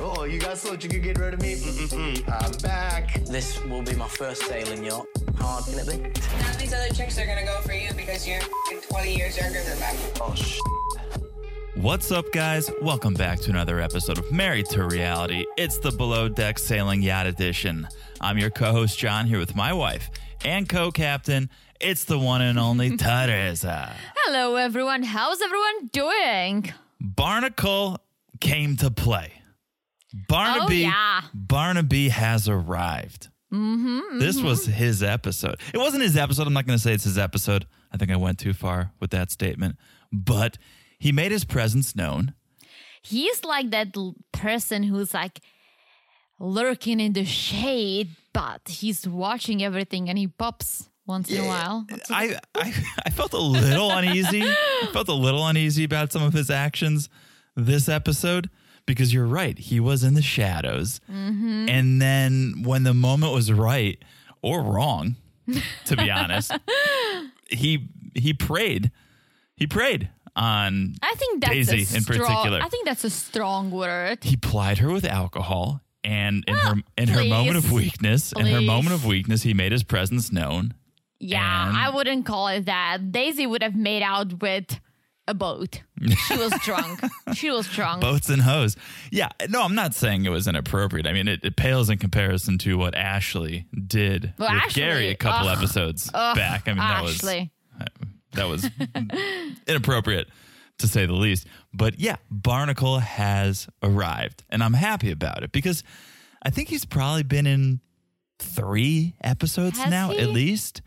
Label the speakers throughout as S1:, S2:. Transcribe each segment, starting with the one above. S1: Oh, you got slipped. You could get rid of me. Mm-mm-mm. I'm back.
S2: This will be my first sailing yacht. How hard can it be?
S3: None of these other chicks are gonna go for you because you're f***ing 20 years younger than them.
S2: Oh, sh.
S4: What's up, guys? Welcome back to another episode of Married to Reality. It's the Below Deck Sailing Yacht Edition. I'm your co host, John, here with my wife and co captain. It's the one and only Teresa.
S5: Hello, everyone. How's everyone doing?
S4: Barnacle came to play. Barnaby,
S5: yeah.
S4: Barnaby has arrived. Mm-hmm, this was his episode. It wasn't his episode. I'm not going to say it's his episode. I think I went too far with that statement. But he made his presence known.
S5: He's like that l- person who's like lurking in the shade, but he's watching everything and he pops once in a while.
S4: I, I I felt a little uneasy. I felt a little uneasy about some of his actions this episode because you're right. He was in the shadows,
S5: Mm-hmm.
S4: and then when the moment was right or wrong, to be honest, he he prayed. He prayed on.
S5: I think that's a
S4: Daisy in
S5: strong,
S4: particular.
S5: I think that's a strong word.
S4: He plied her with alcohol, and in her in her moment of
S5: Ah, please.
S4: weakness, in her moment
S5: Please.
S4: of weakness, he made his presence known.
S5: Yeah,
S4: And-
S5: I wouldn't call it that. Daisy would have made out with a boat. She was drunk. she was drunk.
S4: boats and hoes. Yeah, no, I'm not saying it was inappropriate. I mean, it, it pales in comparison to what Ashley did
S5: Well,
S4: with
S5: Ashley,
S4: Gary a couple
S5: ugh,
S4: episodes
S5: Ugh,
S4: back. I mean,
S5: Ashley.
S4: that was that was inappropriate to say the least. But yeah, Barnacle has arrived, and I'm happy about it because I think he's probably been in three episodes
S5: Has
S4: now
S5: he?
S4: at least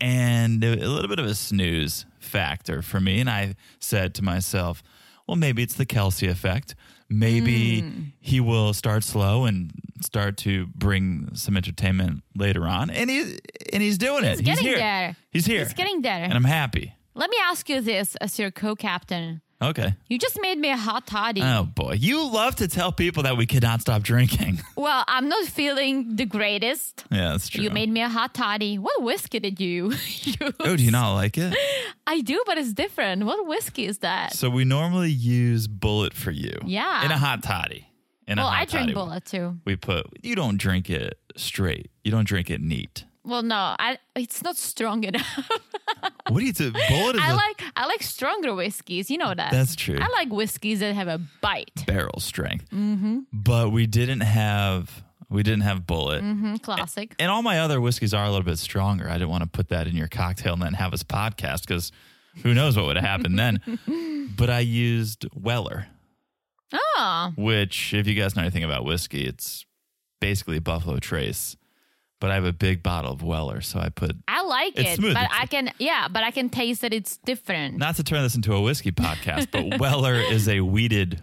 S4: and a a little bit of a snooze factor for me and i said to myself well maybe it's the kelsey effect maybe
S5: Hmm.
S4: he will start slow and start to bring some entertainment later on and he and he's doing it he's
S5: getting
S4: here
S5: there.
S4: he's here
S5: He's getting there.
S4: and i'm happy
S5: Let me ask you this as your co-captain.
S4: okay
S5: You just made me a hot toddy.
S4: oh boy you love to tell people that we cannot stop drinking
S5: Well, I'm not feeling the greatest.
S4: yeah that's true
S5: You made me a hot toddy. What whiskey did you use?
S4: oh do you not like it
S5: I do, but it's different. What whiskey is that?
S4: So we normally use bullet for you.
S5: Yeah.
S4: In a hot toddy. In a
S5: well,
S4: hot
S5: I drink
S4: toddy.
S5: bullet too.
S4: We put you don't drink it straight. You don't drink it neat.
S5: Well, no, I, it's not strong enough.
S4: What do you do? Bullet is
S5: I
S4: a
S5: like I like stronger whiskeys. You know that.
S4: That's true.
S5: I like whiskeys that have a bite.
S4: barrel strength. Mm-hmm. But we didn't have we didn't have bullet.
S5: Mm, Classic.
S4: And all my other whiskeys are a little bit stronger. I didn't want to put that in your cocktail and then have us podcast because who knows what would have happened then. But I used Weller,
S5: Oh,
S4: which if you guys know anything about whiskey, it's basically Buffalo Trace. But I have a big bottle of Weller, so I put
S5: I like
S4: It's
S5: it,
S4: smooth.
S5: but
S4: It's-
S5: I can yeah, but I can taste that it's different.
S4: not to turn this into a whiskey podcast, but Weller is a weeded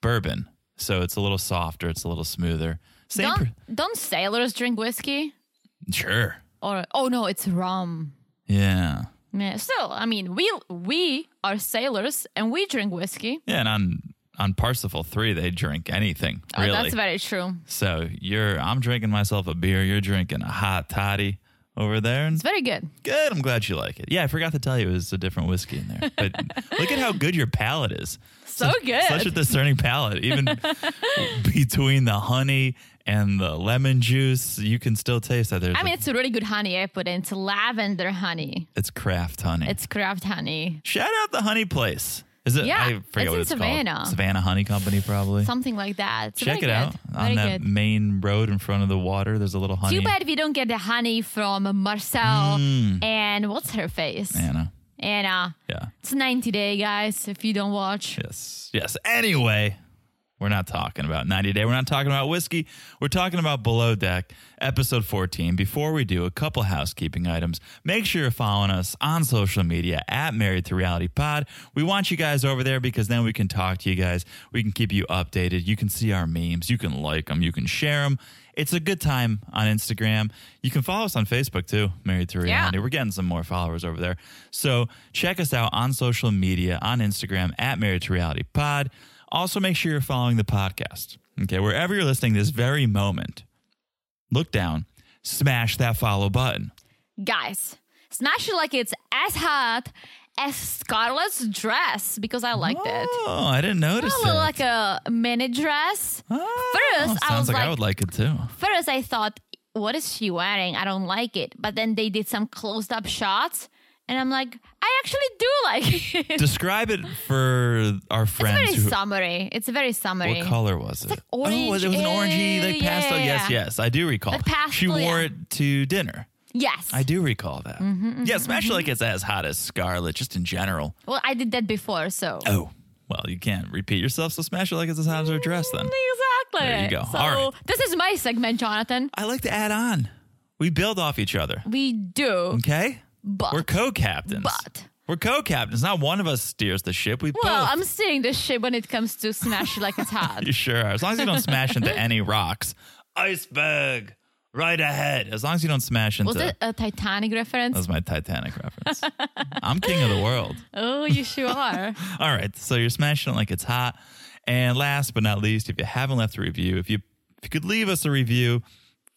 S4: bourbon. So it's a little softer, it's a little smoother. Same
S5: don't
S4: pr-
S5: don't sailors drink whiskey
S4: sure.
S5: or oh no, it's rum.
S4: Yeah.
S5: Yeah, still, I mean, we we are sailors and we drink whiskey.
S4: Yeah, and on on Parsifal 3 they drink anything,
S5: Oh,
S4: really.
S5: that's very true.
S4: so you're I'm drinking myself a beer, you're drinking a hot toddy over there and
S5: It's very good.
S4: good. I'm glad you like it. Yeah, I forgot to tell you it was a different whiskey in there. But look at how good your palate is.
S5: So good.
S4: Such a discerning palate. Even between the honey and the lemon juice, you can still taste that. There's
S5: I mean,
S4: a-
S5: it's a really good honey I put in. It's lavender honey.
S4: it's craft honey.
S5: It's craft honey,
S4: Shout out the honey place. Is it?
S5: Yeah,
S4: I forget
S5: it's
S4: what
S5: in
S4: it's
S5: Savannah.
S4: called. Savannah Honey Company, probably.
S5: something like that. It's
S4: Check it
S5: very
S4: out
S5: good.
S4: on
S5: very
S4: that
S5: good.
S4: main road in front of the water. There's a little honey. Hmm.
S5: Too bad we don't get the honey from Marcel and what's her face?
S4: Anna.
S5: Anna.
S4: Yeah.
S5: It's 90 Day, guys, if you don't watch.
S4: Yes. Yes. Anyway, we're not talking about 90 Day. We're not talking about whiskey. We're talking about Below Deck, episode 14. Before we do, a couple housekeeping items. Make sure you're following us on social media at Married to Reality Pod. We want you guys over there because then we can talk to you guys. We can keep you updated. You can see our memes. You can like them. You can share them. It's a good time on Instagram. You can follow us on Facebook too, Married to Reality. We're getting some more followers over there. So check us out on social media on Instagram at Married to Reality Pod. Also, make sure you're following the podcast. Okay, wherever you're listening this very moment, look down, smash that follow button.
S5: Guys, smash it like it's as hot as Scarlett's dress because I liked it.
S4: Oh, I didn't notice
S5: A
S4: that.
S5: little like a mini dress.
S4: Oh,
S5: First, I
S4: sounds
S5: was
S4: like, I
S5: like-
S4: would like it too.
S5: First, I thought, what is she wearing? I don't like it. But then they did some closed up shots, and I'm like, I actually do like it.
S4: Describe it for our
S5: It's
S4: friends.
S5: very
S4: who-
S5: summery. It's very summery.
S4: what color was it?
S5: like
S4: oh, was it it was an
S5: orange,
S4: orangey,
S5: eh,
S4: like
S5: yeah,
S4: pastel.
S5: yeah,
S4: Yes,
S5: yeah.
S4: yes, I do recall.
S5: Like
S4: she
S5: pastel,
S4: wore
S5: yeah.
S4: it to dinner.
S5: Yes.
S4: I do recall that.
S5: Mm-hmm,
S4: yeah, Smash Your Like it's as hot as Scarlet, just in general.
S5: well, I did that before, so.
S4: Oh, well, you can't repeat yourself, so Smash Your Like it's as hot as her dress then.
S5: Exactly.
S4: There you go.
S5: So,
S4: All right.
S5: this is my segment, Jonathan.
S4: I like to add on. We build off each other,
S5: We do,
S4: okay?
S5: but.
S4: We're co captains.
S5: but-
S4: We're co captains. Not one of us steers the ship. We
S5: well,
S4: both.
S5: I'm seeing this shit when it comes to smash You like it's hot.
S4: You sure are. As long as you don't smash into any rocks. Iceberg, right ahead. As long as you don't smash into.
S5: Was it a Titanic reference?
S4: that was my Titanic reference. I'm king of the world.
S5: Oh, you sure are.
S4: All right, so you're smashing it like it's hot. And last but not least, if you haven't left a review, if you if you could leave us a review,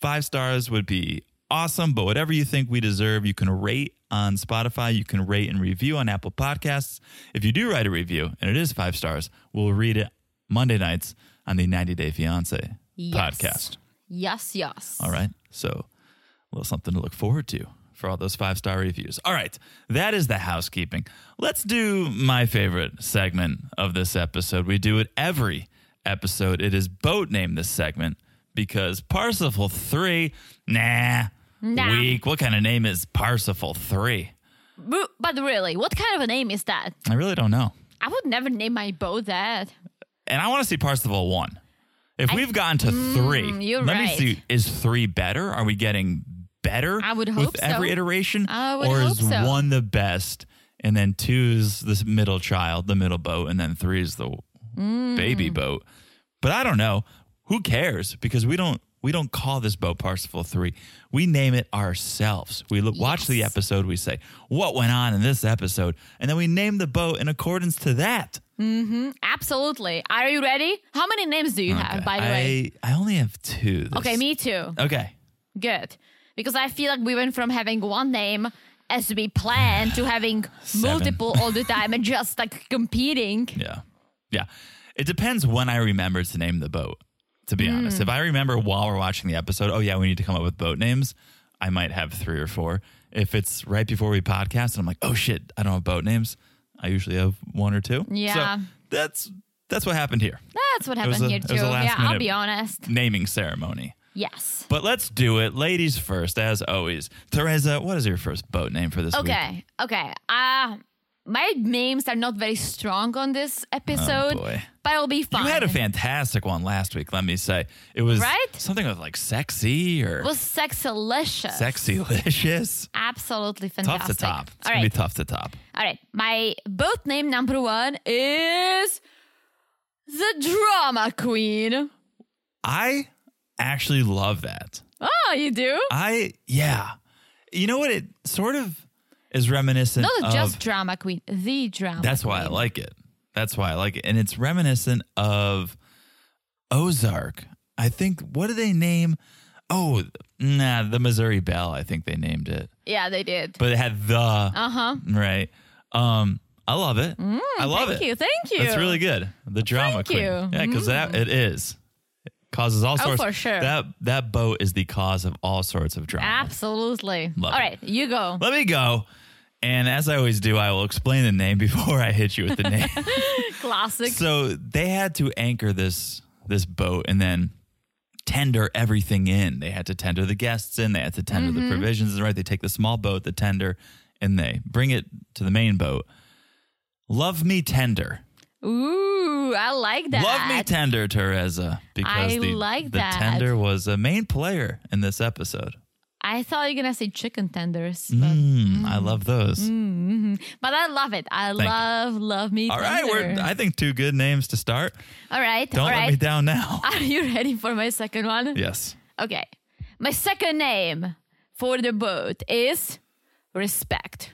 S4: five stars would be awesome. But whatever you think we deserve, you can rate on Spotify, you can rate and review on Apple Podcasts. If you do write a review and it is five stars, we'll read it Monday nights on the 90 Day Fiance
S5: Yes.
S4: podcast.
S5: Yes, yes.
S4: All right. So a little something to look forward to for all those five star reviews. All right. That is the housekeeping. Let's do my favorite segment of this episode. We do it every episode. It is boat name this segment because Parsifal 3, nah,
S5: Nah.
S4: weak. What kind of name is Parsifal 3?
S5: Bu- But really, what kind of a name is that?
S4: I really don't know.
S5: I would never name my boat that.
S4: And I want to see Parsifal 1. If we've gotten to three,
S5: Mm, you're
S4: let me
S5: right.
S4: see, is three better? Are we getting better
S5: I would
S4: with
S5: hope so.
S4: every iteration?
S5: I would
S4: or
S5: hope
S4: is
S5: so.
S4: one the best and then two is the middle child, the middle boat, and then three is the
S5: Mm.
S4: baby boat? But I don't know. Who cares? Because we don't we don't call this boat Parsifal 3. We name it ourselves. We look, watch the episode, we say, what went on in this episode? And then we name the boat in accordance to that.
S5: Absolutely. Are you ready? How many names do you have, Uh, by the
S4: I,
S5: way?
S4: I only have two. this-
S5: Okay, me too.
S4: Okay.
S5: Good. Because I feel like we went from having one name as we planned to having multiple all the time and just like competing.
S4: Yeah. Yeah. It depends when I remember to name the boat, to
S5: Hmm.
S4: be honest. If I remember while we're watching the episode, oh, yeah, we need to come up with boat names, I might have three or four. If it's right before we podcast and I'm like, oh, shit, I don't have boat names, I usually have one or two.
S5: Yeah.
S4: So that's, that's what happened here
S5: That's what
S4: was
S5: happened
S4: a-
S5: here
S4: it
S5: too.
S4: was a last
S5: Yeah, I'll
S4: minute-
S5: be honest.
S4: naming ceremony.
S5: Yes.
S4: But let's do it. Ladies first, as always. Teresa, what is your first boat name for this week?
S5: Okay. Okay. Uh my names are not very strong on this episode,
S4: Oh, boy.
S5: but it'll be fine.
S4: You had a fantastic one last week, let me say. It was
S5: Right?
S4: something with like sexy or
S5: It was sexalicious.
S4: sexylicious.
S5: Absolutely
S4: Tough to
S5: fantastic.
S4: top. It's
S5: All
S4: gonna be
S5: right.
S4: tough to top.
S5: All right. My boat name number one is the drama queen.
S4: I actually love that.
S5: Oh, you do?
S4: I yeah. You know what? It sort of is reminiscent
S5: Not
S4: of
S5: just drama queen, the drama.
S4: that's why I
S5: queen.
S4: like it. That's why I like it. And it's reminiscent of Ozark. I think what do they name? Oh, nah, the Missouri Belle, I think they named it.
S5: Yeah, they did.
S4: But it had the
S5: Uh huh.
S4: Right. Um, I love it. I love
S5: Mm, Thank
S4: it.
S5: you. Thank you.
S4: That's really good. The drama
S5: Thank
S4: queen.
S5: you. Mm. Oh,
S4: Yeah, because that it is. It causes all sorts.
S5: for sure.
S4: That that boat is the cause of all sorts of drama.
S5: Absolutely.
S4: Love
S5: All
S4: it.
S5: right, you go.
S4: Let me go. And as I always do, I will explain the name before I hit you with the name.
S5: Classic.
S4: so they had to anchor this this boat and then tender everything in. They had to tender the guests in. They had to tender
S5: Mm-hmm.
S4: the provisions in. Right? They take the small boat, the tender, and they bring it to the main boat. Love me tender.
S5: Ooh, I like that.
S4: Love me tender, Teresa, because
S5: I
S4: the,
S5: like
S4: the
S5: that.
S4: tender was a main player in this episode.
S5: I thought you were gonna say chicken tenders, but,
S4: Mm, I love those.
S5: but I love it. I
S4: you.
S5: love love me.
S4: All right, we're
S5: tender.
S4: I think two good names to start.
S5: all right.
S4: Don't
S5: all
S4: let
S5: right.
S4: me down now.
S5: Are you ready for my second one?
S4: yes.
S5: Okay. My second name for the boat is respect.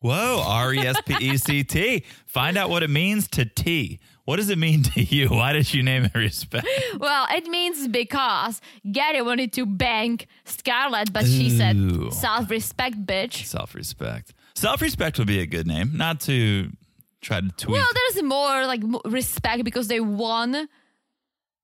S4: Whoa, R E S P E C T. Find out what it means to T. What does it mean to you? Why did you name it respect?
S5: Well, it means because Gary wanted to bang Scarlett, but she said
S4: Ooh.
S5: self-respect, bitch.
S4: Self respect. Self respect would be a good name. Not to try to tweet.
S5: Well, there's more like mo- respect because they won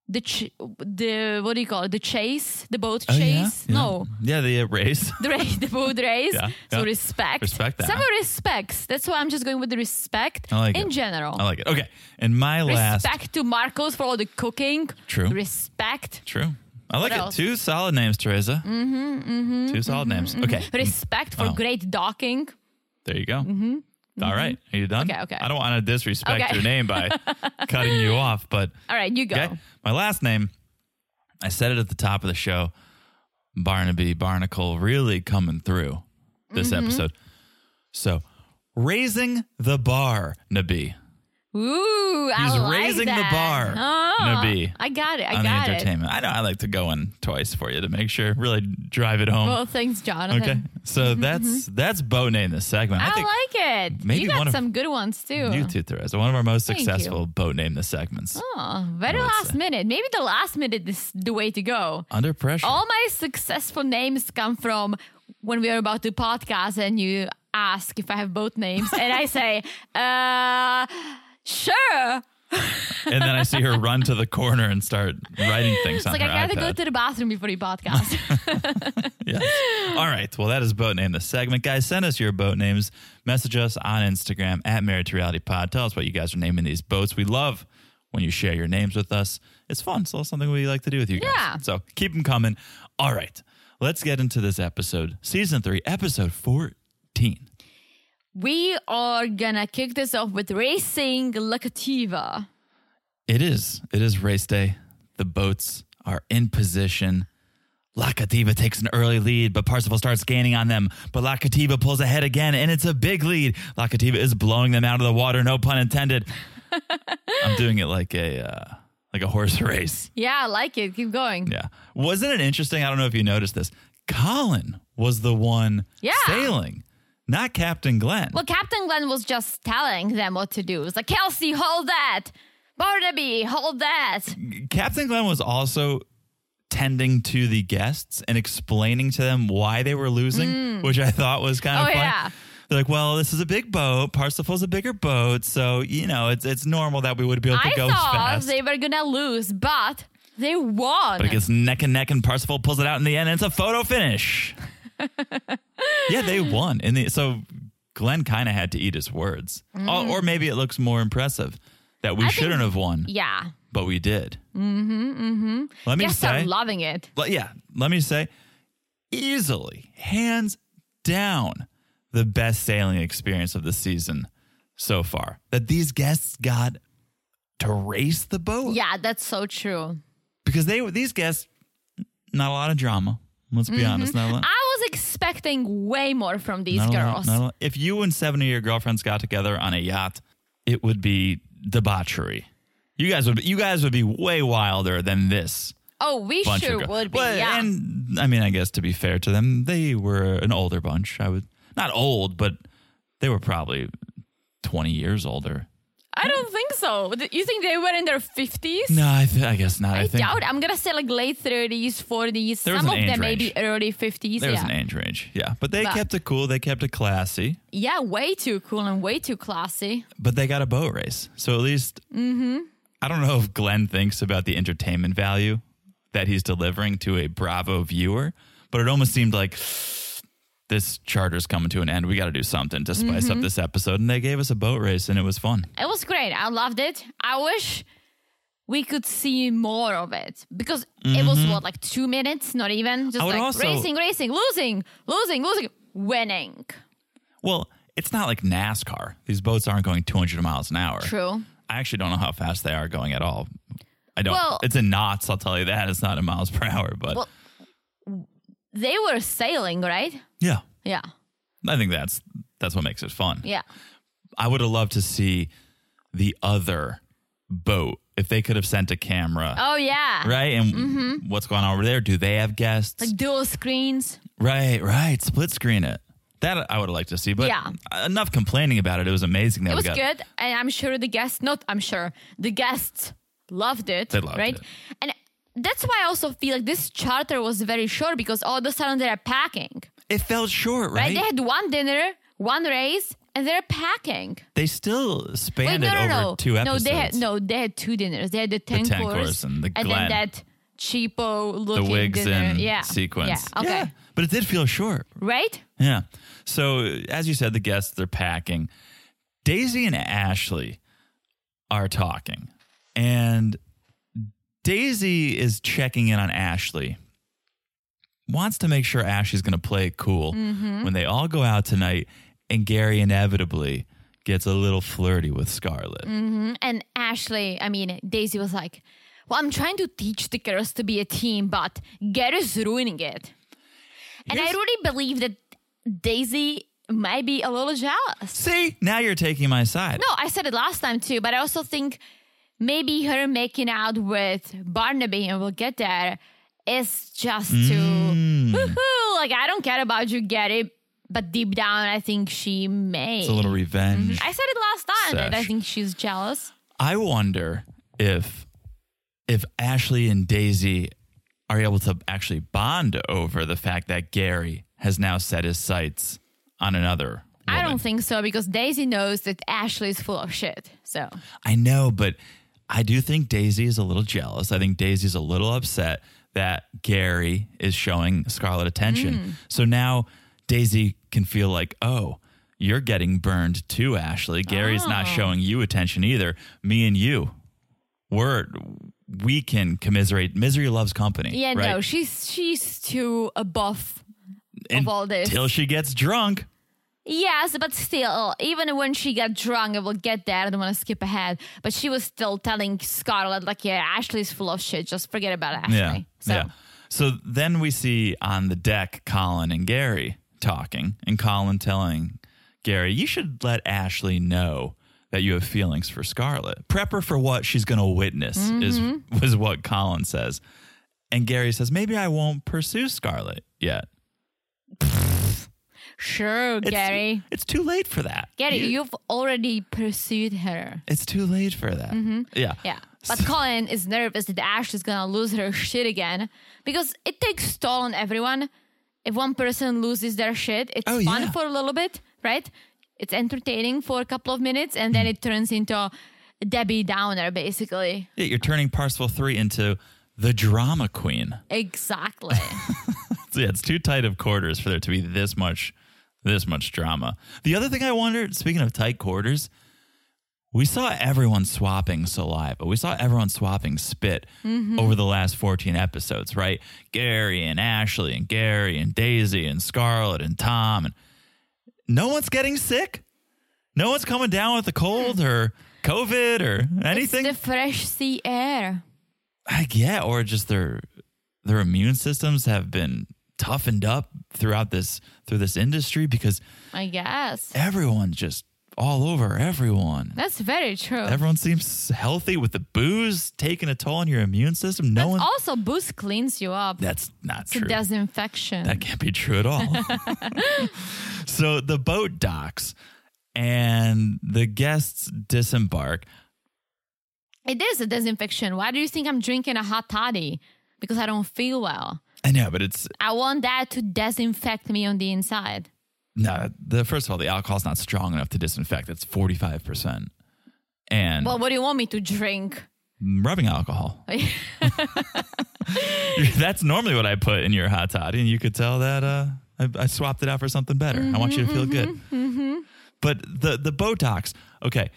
S5: the ch- the what do you call it? The chase, the boat
S4: Oh, yeah?
S5: chase.
S4: Yeah.
S5: No,
S4: Yeah, the uh, race.
S5: the race, the boat race.
S4: Yeah,
S5: So
S4: yeah.
S5: respect,
S4: Respect that.
S5: Several respects. That's why I'm just going with the respect
S4: I like
S5: in
S4: it.
S5: general.
S4: I like it. Okay. And my last.
S5: Respect to Marcos for all the cooking.
S4: True.
S5: Respect.
S4: True. I like
S5: What
S4: it.
S5: else? mm-hmm,
S4: Two solid names, Teresa. Mm-hmm. Two solid names. Okay.
S5: Respect for
S4: Wow.
S5: great docking.
S4: There you go. Mm-hmm. right. Are you done?
S5: Okay, okay.
S4: I don't want to disrespect
S5: Okay.
S4: your name by cutting you off, but
S5: All right, you go.
S4: okay. My last name, I said it at the top of the show Barnaby Barnacle really coming through this
S5: Mm-hmm.
S4: episode. So, raising the bar, Nabi,
S5: Ooh, I
S4: He's
S5: like
S4: raising the
S5: that.
S4: bar,
S5: Oh,
S4: Nabi,
S5: I got it. I
S4: on the
S5: got it.
S4: entertainment. I know I like to go in twice for you to make sure, really drive it home.
S5: Well, thanks, Jonathan.
S4: Okay, so that's that's Bo name this segment. I,
S5: I,
S4: think
S5: like it.
S4: maybe
S5: you
S4: one
S5: got
S4: of-
S5: some good ones too.
S4: you too, Theresa. One of our most
S5: Thank you.
S4: successful boat name the segments.
S5: Oh, very
S4: would
S5: last
S4: say.
S5: minute. Maybe the last minute is the way to go.
S4: Under pressure.
S5: All my successful names come from when we are about to podcast and you ask if I have both names, and I say, uh, sure.
S4: and then I see her run to the corner and start writing things
S5: It's
S4: on
S5: like
S4: her
S5: I gotta go
S4: iPad.
S5: to the bathroom before you podcast.
S4: Yes. All right. Well, that is boat name the segment, guys. Send us your boat names. Message us on Instagram at Married to Reality Pod. Tell us what you guys are naming these boats. We love when you share your names with us. It's fun. It's a little something we like to do with you guys.
S5: Yeah.
S4: So keep them coming. All right. Let's get into this episode, season three, episode fourteen.
S5: we are gonna kick this off with racing Lakativa.
S4: It is. It is race day. The boats are in position. La Cativa takes an early lead, but Parsifal starts gaining on them. But La Cativa pulls ahead again, and it's a big lead. La Cativa is blowing them out of the water, no pun intended. I'm doing it like a uh, like a horse race.
S5: Yeah, I like it. Keep going.
S4: Yeah. Wasn't it interesting? I don't know if you noticed this. Colin was the one
S5: Yeah.
S4: sailing, not Captain Glenn.
S5: Well, Captain Glenn was just telling them what to do. It was like, Kelsey, hold that. Barnaby, hold that.
S4: Captain Glenn was also tending to the guests and explaining to them why they were losing, which I thought was kind of
S5: Mm. Oh,
S4: fun.
S5: yeah.
S4: They're like, well, this is a big boat. Parsifal's a bigger boat. So, you know, it's it's normal that we would be able to
S5: I
S4: go
S5: thought
S4: fast.
S5: they were gonna lose, but they won.
S4: but it gets neck and neck, and Parsifal pulls it out in the end, and it's a photo finish. yeah, they won. In the, so Glenn kind of had to eat his words. Or, or maybe it looks more impressive that we
S5: Mm-hmm. I think-
S4: shouldn't have won,
S5: yeah,
S4: but we did. Mm-hmm, mm-hmm. Let me
S5: guests
S4: say.
S5: are loving it.
S4: But yeah, let me say, easily, hands down, the best sailing experience of the season so far. That these guests got to race the boat
S5: Yeah, that's so true.
S4: because they these guests not a lot of drama. Let's be honest, not a lot.
S5: I was expecting way more from Mm-hmm. Ah, these
S4: not a lot-
S5: girls.
S4: not a lot. If you and seven of your girlfriends got together on a yacht, it would be debauchery. You guys would be, you guys would be way wilder than this.
S5: oh, we
S4: bunch
S5: sure
S4: of girls.
S5: would be.
S4: Well,
S5: yeah.
S4: And I mean, I guess to be fair to them, they were an older bunch. I would not old, but they were probably twenty years older.
S5: I don't think so. You think they were in their fifties?
S4: No, I, th- I guess not. I,
S5: I,
S4: think
S5: doubt. I'm gonna say like late thirties, forties.
S4: There was
S5: Some
S4: an
S5: of
S4: age
S5: them maybe
S4: range.
S5: early fifties.
S4: there was
S5: Yeah,
S4: an age range. Yeah, but they
S5: But-
S4: kept it cool. They kept it classy.
S5: yeah, way too cool and way too classy.
S4: But they got a boat race, so at least
S5: Mm-hmm.
S4: I don't know if Glenn thinks about the entertainment value that he's delivering to a Bravo viewer, but it almost seemed like. This charter's coming to an end. We got to do something to spice
S5: Mm-hmm.
S4: up this episode. And they gave us a boat race, and it was fun.
S5: It was great. I loved it. I wish we could see more of it because it was what like two minutes, not even. Just
S4: Mm-hmm. I would
S5: like
S4: also-
S5: racing, racing, losing, losing, losing, winning.
S4: Well, it's not like NASCAR. These boats aren't going 200 miles an hour.
S5: True.
S4: I actually don't know how fast they are going at all. I don't.
S5: Well-
S4: it's in knots, I'll tell you that. It's not in miles per hour, but
S5: Well- They were sailing, right?
S4: yeah.
S5: Yeah,
S4: I think that's that's what makes it fun.
S5: yeah.
S4: I would have loved to see the other boat if they could have sent a camera.
S5: Oh yeah,
S4: Right? And what's going on over there? Do they have guests?
S5: like dual screens.
S4: right, right. Split screen it. That I would have liked to see, but
S5: Yeah.
S4: enough complaining about it. It was amazing that
S5: It
S4: we
S5: was
S4: got
S5: good, and I'm sure the guests. Not, I'm sure the guests loved it.
S4: They loved
S5: right?
S4: it.
S5: And that's why I also feel like this charter was very short because all of a sudden they're packing.
S4: It fell short,
S5: right?
S4: right?
S5: They had one dinner, one race and they're packing.
S4: They still
S5: Wait,
S4: spanned
S5: no,
S4: it
S5: no,
S4: over
S5: no.
S4: two episodes.
S5: No, they had no, they had two dinners. They had the ten,
S4: 10
S5: course,
S4: course and the Glen.
S5: then that cheapo
S4: the
S5: looking
S4: wigs
S5: dinner.
S4: in
S5: yeah.
S4: sequence.
S5: Yeah. Okay.
S4: Yeah, But it did feel short.
S5: Right?
S4: Yeah. So uh, as you said, the guests they're packing. Daisy and Ashley are talking, and Daisy is checking in on Ashley. Wants to make sure Ashley's going to play it cool
S5: Mm-hmm.
S4: when they all go out tonight, and Gary inevitably gets a little flirty with Scarlett.
S5: Mm-hmm. And Ashley, I mean Daisy was like, Well, I'm trying to teach the girls to be a team, but Gary's ruining it. And I
S4: Here's-
S5: really believe that Daisy might be a little jealous.
S4: See, now you're taking my side.
S5: No, I said it last time too, but I also think maybe her making out with Barnaby, and we'll get there, is just to Mm. woohoo, like I don't care about you, get it. But deep down, I think she may.
S4: It's a little revenge.
S5: I said it last time that I
S4: Sesh.
S5: think she's jealous.
S4: I wonder if if Ashley and Daisy are able to actually bond over the fact that Gary has now set his sights on another.
S5: I
S4: woman.
S5: don't think so because Daisy knows that Ashley is full of shit. So
S4: I know, but I do think Daisy is a little jealous. I think Daisy's a little upset that Gary is showing Scarlett attention.
S5: Mm.
S4: So now Daisy can feel like, oh, you're getting burned too, Ashley. Gary's
S5: Oh.
S4: not showing you attention either. Me and you, we're we can commiserate. Misery loves company.
S5: yeah,
S4: right?
S5: no, she's she's too above of all this.
S4: Until she gets drunk.
S5: Yes, but still, even when she got drunk, I will get there. I don't want to skip ahead, but she was still telling Scarlett, like, yeah, Ashley's full of shit. Just forget about Ashley.
S4: Yeah.
S5: So,
S4: Yeah. So then we see on the deck Colin and Gary talking, and Colin telling Gary, you should let Ashley know that you have feelings for Scarlett. Prep her for what she's going to witness,
S5: Mm-hmm.
S4: is, was what Colin says. And Gary says, maybe I won't pursue Scarlett yet.
S5: sure,
S4: It's-
S5: Gary.
S4: It's too late for that.
S5: Gary,
S4: You-
S5: you've already pursued her.
S4: It's too late for that. Yeah.
S5: Mm-hmm. Yeah. But Colin is nervous that Ashley's going to lose her shit again because it takes toll on everyone. If one person loses their shit, it's
S4: Oh,
S5: fun
S4: yeah.
S5: for a little bit, right? It's entertaining for a couple of minutes and
S4: Hmm.
S5: then it turns into Debbie Downer, basically.
S4: Yeah, You're turning Parsifal 3 into the drama queen.
S5: Exactly.
S4: yeah, it's too tight of quarters for there to be this much this much drama. The other thing I wondered, speaking of tight quarters, we saw everyone swapping saliva. We saw everyone swapping spit over the last 14 episodes, right? Gary and Ashley and Gary and Daisy and Scarlett and Tom and no one's getting sick. No one's coming down with a cold or COVID or anything.
S5: the fresh sea air.
S4: I yeah, or just their their immune systems have been toughened up throughout this through this industry because
S5: I guess.
S4: everyone's just all over everyone.
S5: That's very true.
S4: Everyone seems healthy with the booze taking a toll on your immune system. No
S5: But
S4: one
S5: also, booze cleans you up.
S4: that's not
S5: it's a
S4: true.
S5: disinfection.
S4: That can't be true at all. so the boat docks and the guests disembark.
S5: it is a disinfection. Why do you think I'm drinking a hot toddy? Because I don't feel well.
S4: I know, but it's
S5: I want that to disinfect me on the inside.
S4: No, the first of all, the alcohol's not strong enough to disinfect. It's forty five percent, and
S5: Well, what do you want me to drink?
S4: rubbing alcohol. That's normally what I put in your hot toddy, and you could tell that uh, I, I swapped it out for something better. I want you to feel good. But the the Botox, okay,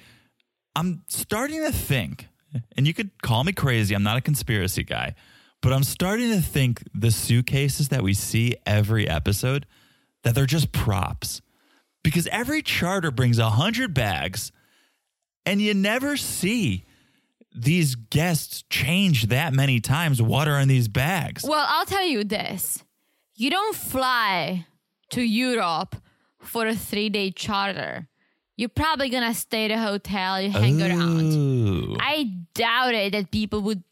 S4: I'm starting to think, and you could call me crazy. I'm not a conspiracy guy, but I'm starting to think the suitcases that we see every episode that they're just props because every charter brings a hundred bags, and you never see these guests change that many times what are in these bags.
S5: Well, I'll tell you this. You don't fly to Europe for a three day charter. You're probably going to stay at a hotel, you hang around.
S4: Ooh.
S5: I doubt it that people would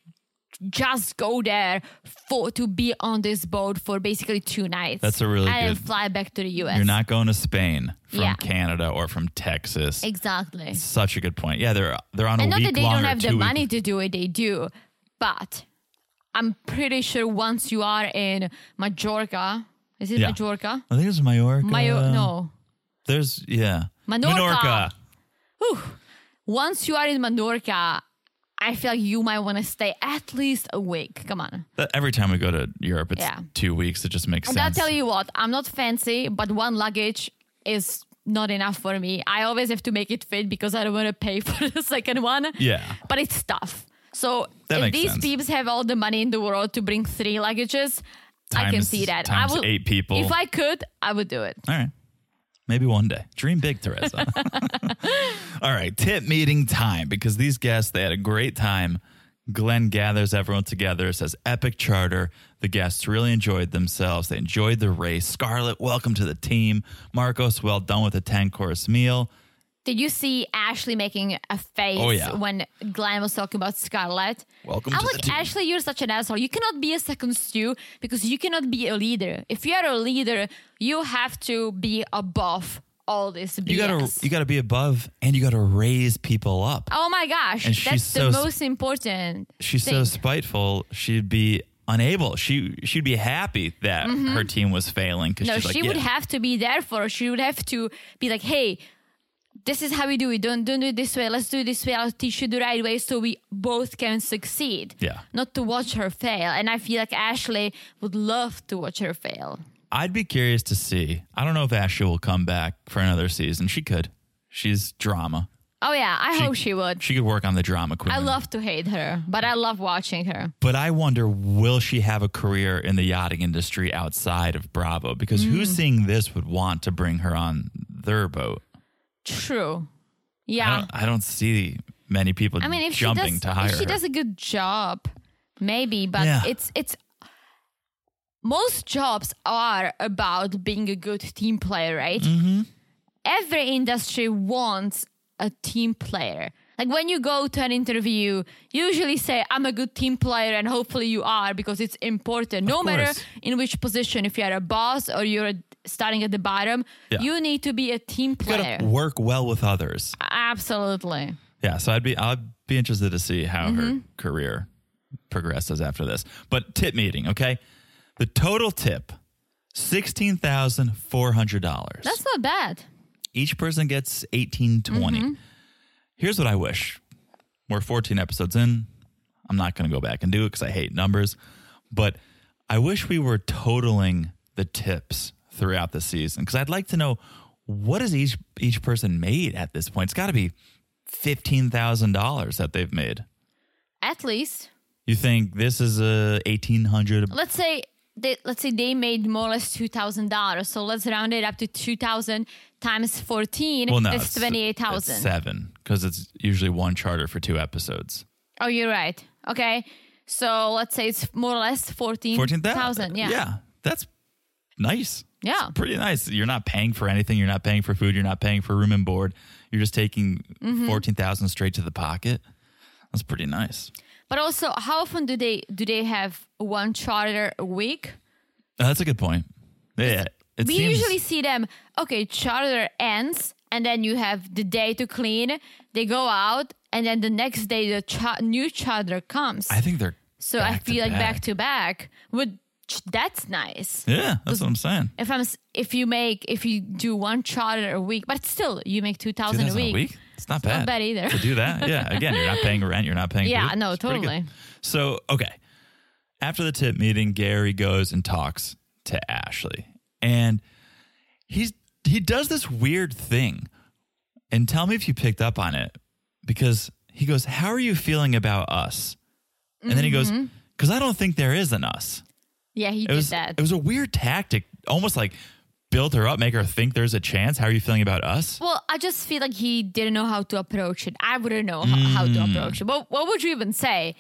S5: just go there for to be on this boat for basically two nights.
S4: That's a really
S5: and
S4: good-
S5: fly back to the US.
S4: You're not going to Spain from
S5: Yeah.
S4: Canada or from Texas.
S5: exactly.
S4: Such a good point. Yeah, they're they're on
S5: And
S4: a
S5: not
S4: week
S5: that they
S4: long
S5: don't
S4: or
S5: have the
S4: two-week-
S5: money to do it, they do. But I'm pretty sure once you are in Majorca, is it
S4: Yeah. Uh,
S5: Majorca?
S4: I think it's Mallorca.
S5: Mayo- no.
S4: There's yeah.
S5: Menorca. Once you are in Menorca, I feel like you might want to stay at least a week. Come on.
S4: That- every time we go to Europe, it's
S5: Yeah.
S4: two weeks. It just makes
S5: And I'll
S4: sense.
S5: tell you what, I'm not fancy, but one luggage is not enough for me. I always have to make it fit because I don't want to pay for the second one.
S4: Yeah.
S5: But it's tough. So
S4: That
S5: if
S4: makes
S5: these
S4: sense.
S5: peeps have all the money in the world to bring three luggages, I can
S4: Times-
S5: see that.
S4: times
S5: I would
S4: eight people.
S5: If I could, I would do it.
S4: All right. Maybe one day. Dream big, Teresa. All right. Tip meeting time because these guests, they had a great time. Glenn gathers everyone together, says epic charter. The guests really enjoyed themselves. They enjoyed the race. Scarlett, welcome to the team. Marcos, well done with a 10 course meal.
S5: Did you see Ashley making a face
S4: Oh, yeah.
S5: when Glenn was talking about Scarlett?
S4: Welcome
S5: I'm
S4: to the
S5: like,
S4: team.
S5: Ashley, you're such an asshole. You cannot be a second stew because you cannot be a leader. If you are a leader, you have to be above all this BS.
S4: You gotta you gotta be above and you gotta raise people up.
S5: oh my gosh,
S4: And she's
S5: that's
S4: so
S5: the
S4: s-
S5: most important.
S4: she's so
S5: thing.
S4: spiteful she'd be unable she she'd be happy that her team was failing because
S5: Mm-hmm. No,
S4: she's like,
S5: she would
S4: "Yeah,
S5: have to be there for. her. She would have to be like, "Hey, this is how we do it. Don't don't do it this way. Let's do it this way. I'll teach you the right way, so we both can succeed."
S4: Yeah.
S5: Not to watch her fail, and I feel like Ashley would love to watch her fail.
S4: i'd be curious to see i don't know if ashley will come back for another season she could she's drama
S5: Oh yeah, I hope she would.
S4: she could work on the drama queen
S5: I love to hate her, but I love watching her.
S4: but i wonder will she have a career in the yachting industry outside of bravo because who's
S5: Mm.
S4: seeing this would want to bring her on their boat
S5: True.
S4: I,
S5: Yeah.
S4: don't, I don't see many people
S5: I mean, if she
S4: jumping
S5: does,
S4: to hire
S5: if she
S4: her
S5: does a good job, maybe. But
S4: Yeah.
S5: it's it's most jobs are about being a good team player, right?
S4: Mm-hmm.
S5: Every industry wants a team player. Like when you go to an interview, you usually say, "I'm a good team player," and hopefully you are because it's important. no matter
S4: course.
S5: in which position, if you are a boss or you're starting at the bottom,
S4: Yeah.
S5: you need to be a team
S4: you
S5: player.
S4: gotta work well with others
S5: Absolutely.
S4: Yeah, so I'd be I'd be interested to see how her career progresses after this. But tip meeting, okay? The total tip sixteen thousand four hundred dollars.
S5: That's not bad.
S4: Each person gets eighteen
S5: Mm-hmm.
S4: Here's what I wish. We're fourteen episodes in. I'm not going to go back and do it because I hate numbers, but I wish we were totaling the tips throughout the season because I'd like to know what is each each person made at this point. It's got to be fifteen thousand dollars that they've made.
S5: At least.
S4: You think this is a eighteen hundred?
S5: let's say they let's say they made more or less two thousand dollars. So let's round it up to two thousand times fourteen.
S4: Well, no,
S5: that's
S4: it's-
S5: twenty eight
S4: it's
S5: thousand.
S4: Seven because it's usually one charter for two episodes.
S5: Oh, you're right. Okay, so let's say it's more or less fourteen
S4: Fourteen
S5: thousand. Yeah.
S4: yeah, that's nice.
S5: Yeah.
S4: It's pretty nice. You're not paying for anything. You're not paying for food. You're not paying for room and board. You're just taking
S5: Mm-hmm.
S4: fourteen thousand straight to the pocket. That's pretty nice.
S5: But also, how often do they do they have one charter a week?
S4: Uh, That's a good point. Yeah, it
S5: we
S4: seems-
S5: usually see them. Okay, charter ends, and then you have the day to clean. They go out, and then the next day the cha- new charter comes.
S4: I think they're.
S5: So I feel like back to back, would that's nice.
S4: Yeah, that's what I'm saying.
S5: If I'm s- if you make if you do one charter a week, but still you make two thousand a
S4: 2,000
S5: week.
S4: It's not bad.
S5: not bad either.
S4: To do that, yeah. Again, you're not paying rent. You're not paying.
S5: Yeah,
S4: food.
S5: no,
S4: It's pretty good.
S5: totally.
S4: So okay, after the tip meeting, Gary goes and talks to Ashley, and he's he does this weird thing, and tell me if you picked up on it because he goes, "How are you feeling about us?" And then he goes,
S5: Mm-hmm.
S4: "Because I don't think there is an us."
S5: Yeah, he
S4: It
S5: did
S4: was
S5: that.
S4: it was a weird tactic, almost like build her up, make her think there's a chance. How are you feeling about us?
S5: well, I just feel like he didn't know how to approach it. I wouldn't know ho- how to approach it. What what would you even say?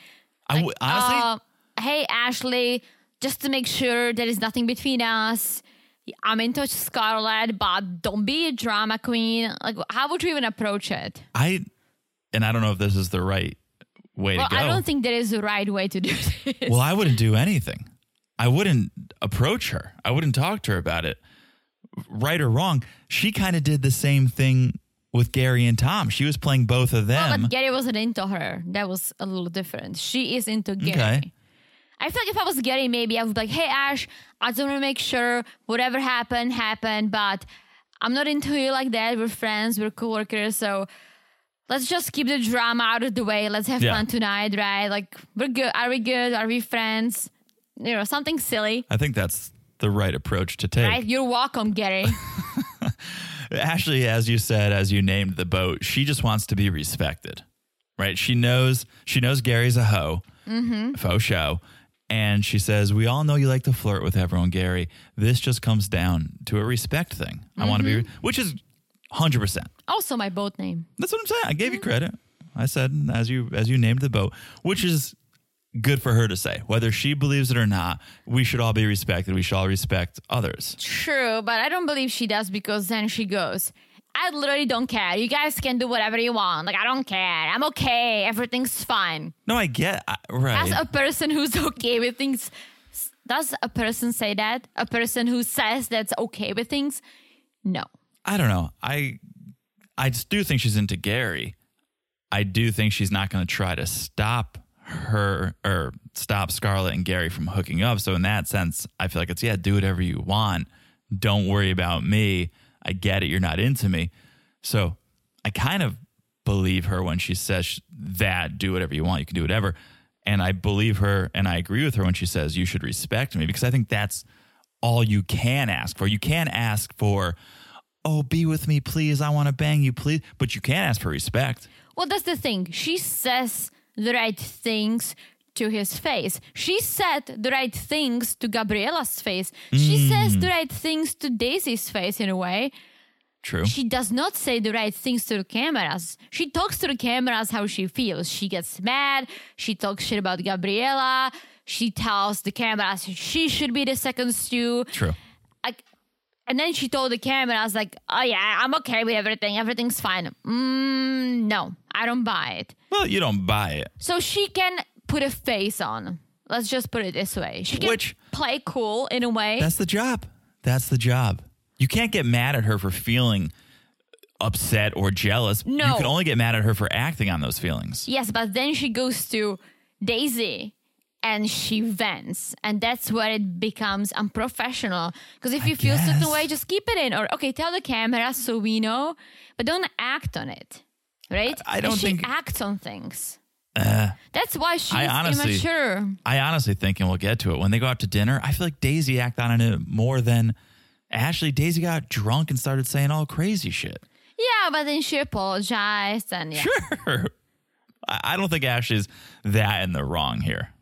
S4: I w- honestly.
S5: Uh, hey Ashley, just to make sure there is nothing between us. I'm in touch with Scarlett, but don't be a drama queen. Like, how would you even approach it?
S4: I and I don't know if this is the right way
S5: Well,
S4: to go.
S5: I don't think there is a right way to do this.
S4: well, I wouldn't do anything. I wouldn't approach her. I wouldn't talk to her about it. Right or wrong, she kind of did the same thing with Gary and Tom. She was playing both of
S5: No,
S4: them.
S5: but Gary wasn't into her. That was a little different. She is into Gary.
S4: Okay.
S5: I feel like if I was Gary, maybe I would be like, hey, Ash, I just want to make sure whatever happened, happened, but I'm not into you like that. We're friends, we're coworkers, so let's just keep the drama out of the way. Let's have
S4: Yeah.
S5: fun tonight, right? Like we're good. Are we good? Are we friends? You know, something silly.
S4: I think that's the right approach to take.
S5: Right? You're welcome, Gary.
S4: Ashley, as you said, as you named the boat, she just wants to be respected, right? She knows she knows Gary's a hoe, faux show, and she says, "We all know you like to flirt with everyone, Gary. This just comes down to a respect thing. I want to be, re- which is hundred percent.
S5: also, my boat name.
S4: That's what I'm saying. I gave you credit. I said as you as you named the boat, which is good for her to say, whether she believes it or not. We should all be respected. We should all respect others.
S5: True, but I don't believe she does because then she goes, I literally don't care. You guys can do whatever you want. Like, I don't care. I'm okay. Everything's fine.
S4: No, I get I, right.
S5: As a person who's okay with things, s- does a person say that? A person who says that's okay with things? No.
S4: I don't know. I I just do think she's into Gary. I do think she's not going to try to stop her or stop Scarlett and Gary from hooking up. So in that sense, I feel like it's yeah, do whatever you want. Don't worry about me. I get it. You're not into me. So I kind of believe her when she says that do whatever you want. You can do whatever. And I believe her and I agree with her when she says you should respect me because I think that's all you can ask for. You can ask for oh, be with me, please. I want to bang you, please. But you can't ask for respect.
S5: Well, that's the thing. She says the right things to his face. She said the right things to Gabriella's face. She says the right things to Daisy's face in a way.
S4: True.
S5: she does not say the right things to the cameras. She talks to the cameras how she feels. She gets mad. She talks shit about Gabriella. She tells the cameras she should be the second stew.
S4: True.
S5: Like, and then she told the cameras like, "Oh yeah, I'm okay with everything. Everything's fine." Mm, no, I don't buy it.
S4: Well, you don't buy it.
S5: So she can put a face on. Let's just put it this way. She can
S4: Which-
S5: play cool in a way.
S4: That's the job. That's the job. You can't get mad at her for feeling upset or jealous. You
S5: No.
S4: can only get mad at her for acting on those feelings.
S5: Yes, but then she goes to Daisy and she vents. And that's where it becomes unprofessional. Because if you feel certain way,
S4: guess.
S5: just keep it in. Or, okay, tell the camera so we know, but don't act on it. Right?
S4: I- I don't
S5: and she
S4: think- Uh,
S5: acts on things. that's why she's
S4: I honestly-
S5: immature.
S4: I honestly think, and we'll get to it, when they go out to dinner, I feel like Daisy acted on it more than Ashley. Daisy got drunk and started saying all crazy shit.
S5: Yeah, but then she apologized and yeah.
S4: Sure. I I don't think Ashley's that in the wrong here.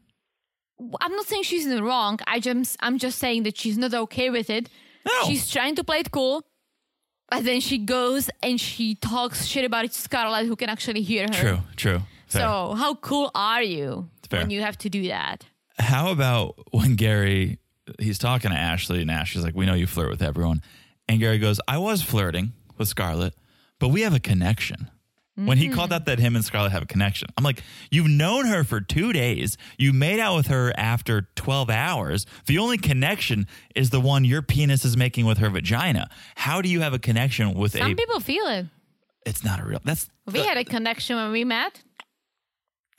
S5: I'm not saying she's in the wrong. I just I'm just saying that she's not okay with it.
S4: No.
S5: She's trying to play it cool. But then she goes and she talks shit about Scarlett who can actually hear her.
S4: True, true. Fair.
S5: So how cool are you
S4: Fair.
S5: when you have to do that?
S4: How about when Gary he's talking to Ashley and Ashley's like, "We know you flirt with everyone," and Gary goes, "I was flirting with Scarlett, but we have a connection." When he called out that him and Scarlett have a connection, I'm like, "You've known her for two days. You made out with her after 12 hours. The only connection is the one your penis is making with her vagina. How do you have a connection with
S5: Some
S4: a?
S5: people feel it.
S4: it's not a real. That's
S5: We had a connection when we met.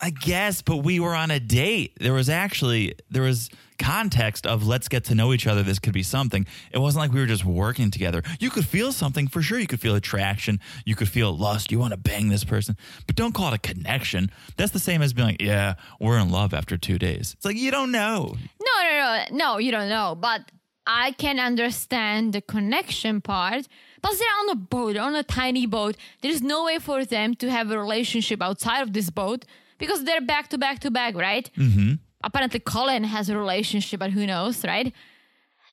S4: I guess, but we were on a date. There was actually there was context of let's get to know each other. This could be something. It wasn't like we were just working together. You could feel something for sure. You could feel attraction. You could feel lust. You want to bang this person, but don't call it a connection. That's the same as being like, yeah, we're in love after two days. It's like you don't know.
S5: No, no, no, no. You don't know, but I can understand the connection part. But they're on a boat, on a tiny boat. There's no way for them to have a relationship outside of this boat because they're back to back to back, right? Mm-hmm. Apparently, Colin has a relationship, but who knows, right?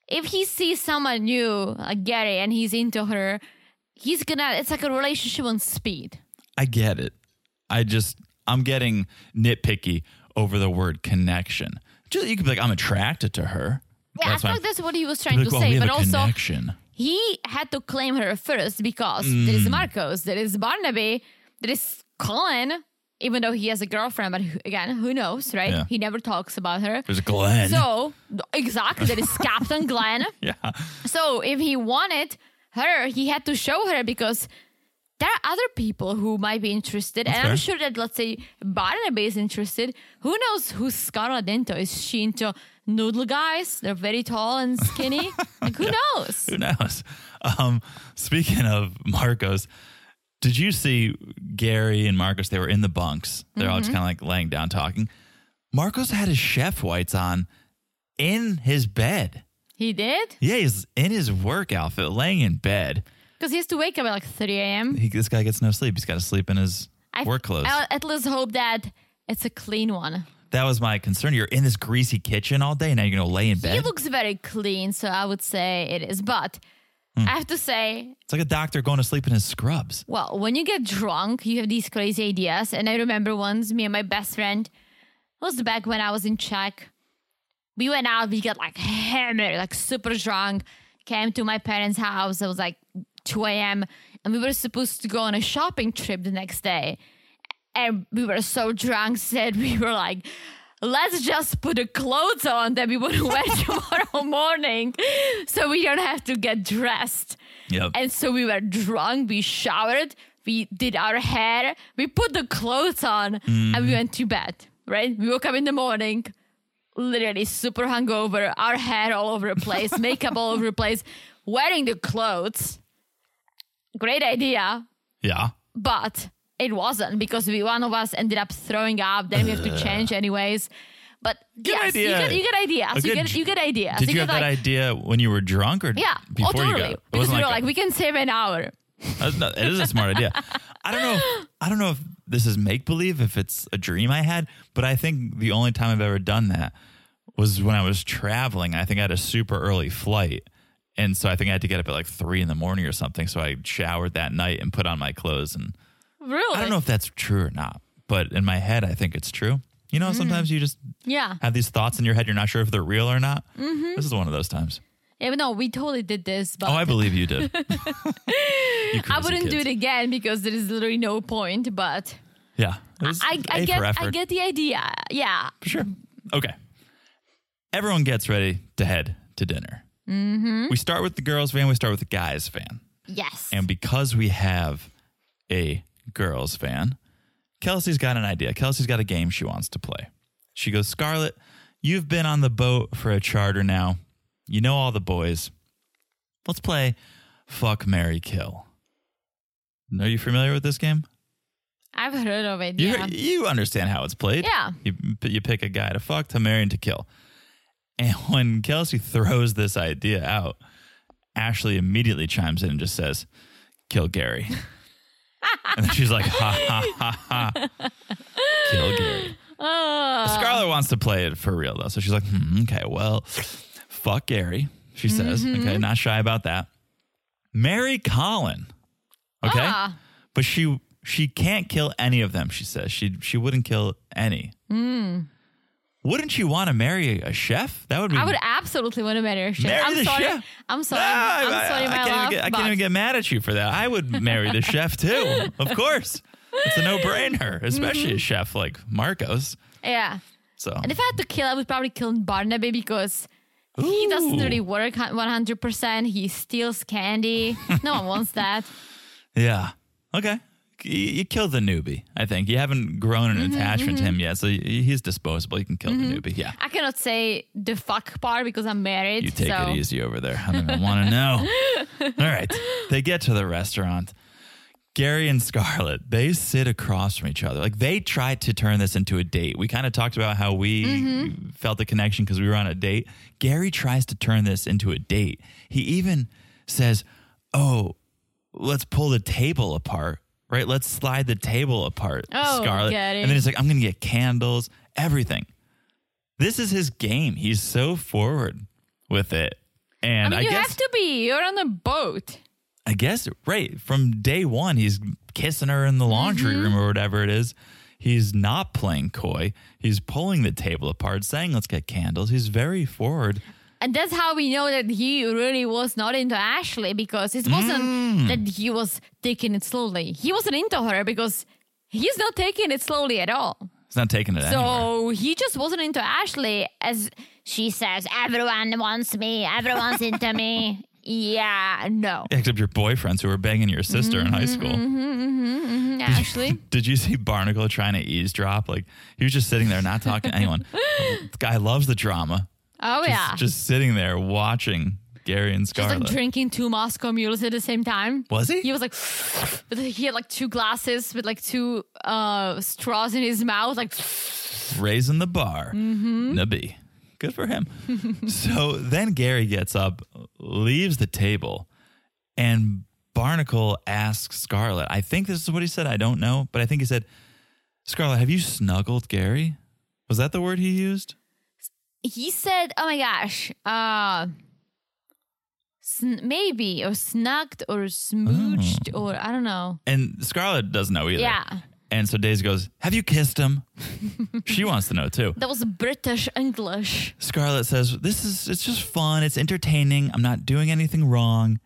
S5: If he sees someone new, like Gary, and he's into her, he's gonna. It's like a relationship on speed.
S4: I get it. I just I'm getting nitpicky over the word connection. Just, you could be like, I'm attracted to her.
S5: Yeah, I
S4: why
S5: feel like
S4: I'm-
S5: that's what he was
S4: be
S5: trying
S4: like,
S5: to
S4: well,
S5: say,
S4: we have
S5: but
S4: a
S5: also.
S4: connection.
S5: he had to claim her first because
S4: Mm.
S5: there is Marcos, there is Barnaby, there is Colin, even though he has a girlfriend, but who- again, who knows, right?
S4: Yeah.
S5: He never talks about her.
S4: There's Glenn.
S5: So, exactly, there is Captain Glenn.
S4: yeah.
S5: So, if he wanted her, he had to show her because there are other people who might be interested, and I'm
S4: fair.
S5: sure that let's say Barnaby is interested. Who knows who's Scarlett into? Is she into noodle guys? They're very tall and skinny. like who knows?
S4: Who knows? Um, speaking of Marcos, did you see Gary and Marcos? They were in the bunks. They're all
S5: Mm-hmm.
S4: just kind of like laying down talking. Marcos had his chef whites on in his bed.
S5: He did
S4: Yeah, he's in his work outfit, laying in bed.
S5: because he has to wake up at like 3 a.m.
S4: He, this guy gets no sleep. He's got to sleep in his
S5: I-
S4: work clothes.
S5: I at least hope that it's a clean one.
S4: that was my concern. You're in this greasy kitchen all day, and now you're gonna lay in
S5: He
S4: bed.
S5: looks very clean, so I would say it is. But I have to say,
S4: it's like a doctor going to sleep in his scrubs.
S5: well, when you get drunk, you have these crazy ideas. And I remember once me and my best friend it was back when I was in Czech. We went out, we got like hammered, like super drunk, came to my parents' house. It was like 2 a.m. And we were supposed to go on a shopping trip the next day. And we were so drunk that we were like, let's just put the clothes on that we want to wear tomorrow morning so we don't have to get dressed.
S4: Yep.
S5: And so we were drunk, we showered, we did our hair, we put the clothes on, and
S4: Mm.
S5: we went to bed, right? We woke up in the morning, literally super hungover, our hair all over the place, makeup all over the place, wearing the clothes. Great idea,
S4: yeah.
S5: but it wasn't because we one of us ended up throwing up. Then we have to change anyways. But yes,
S4: idea.
S5: you get you get ideas.
S4: A
S5: You
S4: good
S5: get
S4: j-
S5: you get ideas.
S4: Did you,
S5: get
S4: have
S5: like
S4: that idea when you were drunk or
S5: yeah, oh,
S4: before
S5: totally.
S4: you got? It
S5: because
S4: wasn't
S5: we were
S4: a-
S5: like, we can save an hour.
S4: That's not, it is a smart idea. I don't know. If, I don't know if this is make believe, if it's a dream I had, but I think the only time I've ever done that was when I was traveling. I think I had a super early flight, and so I think I had to get up at like three in the morning or something. So I showered that night and put on my clothes, and
S5: Really?
S4: I don't know if that's true or not, but in my head, I think it's true. You know,
S5: Mm-hmm.
S4: sometimes you just
S5: Yeah.
S4: have these thoughts in your head. You're not sure if they're real or not.
S5: Mm-hmm.
S4: This is one of those times.
S5: Yeah, but no, we totally did this, but
S4: Oh, I
S5: I,
S4: believe you did. You crazy
S5: wouldn't do
S4: kids.
S5: it again because there is literally no point. But
S4: Yeah, it was
S5: I, I
S4: A
S5: get
S4: for effort.
S5: I get the idea. Yeah.
S4: Sure. Okay. Everyone gets ready to head to dinner. Mm-hmm. We start with the girls' van, we start with the guys' van.
S5: Yes.
S4: And because we have a girls' van, Kelsey's got an idea. Kelsey's got a game she wants to play. She goes, Scarlett, you've been on the boat for a charter now. You know all the boys. Let's play Fuck Mary Kill. Are you familiar with this game?
S5: I've heard of it.
S4: You,
S5: yeah.
S4: you understand how it's played.
S5: Yeah.
S4: You, you pick a guy to fuck, to marry, and to kill. And when Kelsey throws this idea out, Ashley immediately chimes in and just says, kill Gary. and then she's like, ha, ha, ha, ha. Kill Gary. Scarlett
S5: Um,
S4: wants to play it for real, though. So she's like, hmm, okay, well, fuck Gary, she says.
S5: Mm-hmm,
S4: Okay, not shy about that. Marry Colin. Okay?
S5: Ah.
S4: But she she can't kill any of them, she says. She she wouldn't kill any.
S5: Hmm.
S4: Wouldn't you want to marry a chef? That would be
S5: I would absolutely want to marry a chef.
S4: Marry
S5: I'm
S4: the
S5: sorry.
S4: chef.
S5: I'm sorry.
S4: No,
S5: I'm
S4: Ah, I-
S5: sorry,
S4: I
S5: my
S4: can't even
S5: love.
S4: get- I
S5: but
S4: can't even get mad at you for that. I would marry the chef too, of course. It's a no-brainer, especially
S5: Mm-hmm.
S4: a chef like Marcos.
S5: Yeah.
S4: So
S5: And if I had to kill, I would probably kill Barnaby because he doesn't
S4: Ooh.
S5: really work 100%. He steals candy. No one wants that.
S4: yeah, okay. You, you kill the newbie. I think you haven't grown an attachment to him yet, so y- he's disposable. You can kill the newbie. Yeah,
S5: I cannot say the fuck part because I'm married.
S4: you take
S5: so.
S4: it easy over there. I don't even want to know. All right, they get to the restaurant. Gary and Scarlett, they sit across from each other. Like they tried to turn this into a date. We kind of talked about how we
S5: Mm-hmm.
S4: felt the connection because we were on a date. Gary tries to turn this into a date. He even says, Oh, let's pull the table apart, right? Let's slide the table apart,
S5: Oh,
S4: Scarlett.
S5: Gary.
S4: And then he's like, I'm going to get candles, everything. This is his game. He's so forward with it. And
S5: I mean,
S4: I
S5: you
S4: guess
S5: have to be. You're on a boat.
S4: I guess right from day one, he's kissing her in the laundry
S5: Mm-hmm.
S4: room or whatever it is. He's not playing coy. He's pulling the table apart, saying, "Let's get candles." He's very forward.
S5: And that's how we know that he really was not into Ashley because it wasn't
S4: Mm.
S5: that he was taking it slowly. He wasn't into her because he's not taking it slowly at all.
S4: He's not taking it anywhere.
S5: So he just wasn't into Ashley as she says, everyone wants me, everyone's into me. Yeah, no.
S4: Except your boyfriends who were banging your sister in
S5: Mm-hmm,
S4: high school.
S5: Ashley.
S4: Did you see Barnacle trying to eavesdrop? Like he was just sitting there, not talking to anyone. the guy loves the drama.
S5: Oh
S4: Just,
S5: yeah.
S4: just sitting there watching Gary and
S5: Just
S4: Scarlett.
S5: like drinking two Moscow mules at the same time.
S4: Was he?
S5: He was like, but he had like two glasses with like two uh, straws in his mouth. Like,
S4: raising the bar. Mm-hmm. Nubby. Good for him. so then Gary gets up, leaves the table, and Barnacle asks Scarlett, I think this is what he said. I don't know, but I think he said, Scarlett, have you snuggled Gary? Was that the word he used?
S5: he said, "Oh my gosh, uh, sn- maybe or snugged or smooched
S4: Oh.
S5: or I don't know."
S4: And Scarlett doesn't know either.
S5: Yeah,
S4: And so Daisy goes, Have you kissed him? she wants to know too.
S5: that was British English.
S4: Scarlett says, This is, it's just fun. It's entertaining. I'm not doing anything wrong.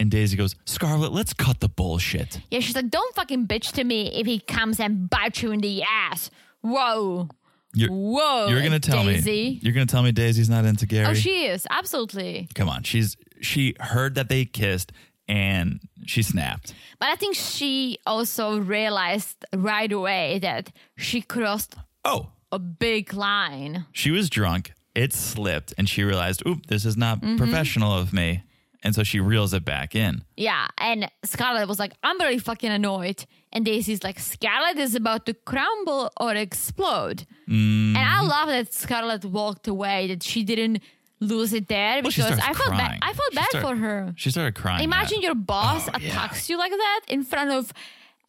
S4: And Daisy goes, Scarlett, let's cut the bullshit.
S5: Yeah, she's like, "Don't fucking bitch to me if he comes and bites you in the ass." Whoa,
S4: You're,
S5: whoa!
S4: You're gonna tell me.
S5: Oh, Daisy.
S4: You're gonna tell me Daisy's not into Gary.
S5: Oh, she is absolutely.
S4: Come on, she's she heard that they kissed and she snapped.
S5: But I think she also realized right away that she crossed
S4: Oh,
S5: a big line.
S4: she was drunk. It slipped, and she realized, "Oop, this is not
S5: Mm-hmm.
S4: professional of me." And so she reels it back in.
S5: Yeah, and Scarlett was like, I'm really fucking annoyed. And Daisy's like, Scarlett is about to crumble or explode. And I
S4: Mm-hmm.
S5: love that Scarlett walked away, that she didn't lose it there
S4: Well, she
S5: because
S4: starts
S5: I felt bad.
S4: crying.
S5: I felt
S4: She
S5: bad
S4: start-
S5: for her.
S4: She started crying.
S5: Imagine your boss
S4: Oh,
S5: attacks you like that in front of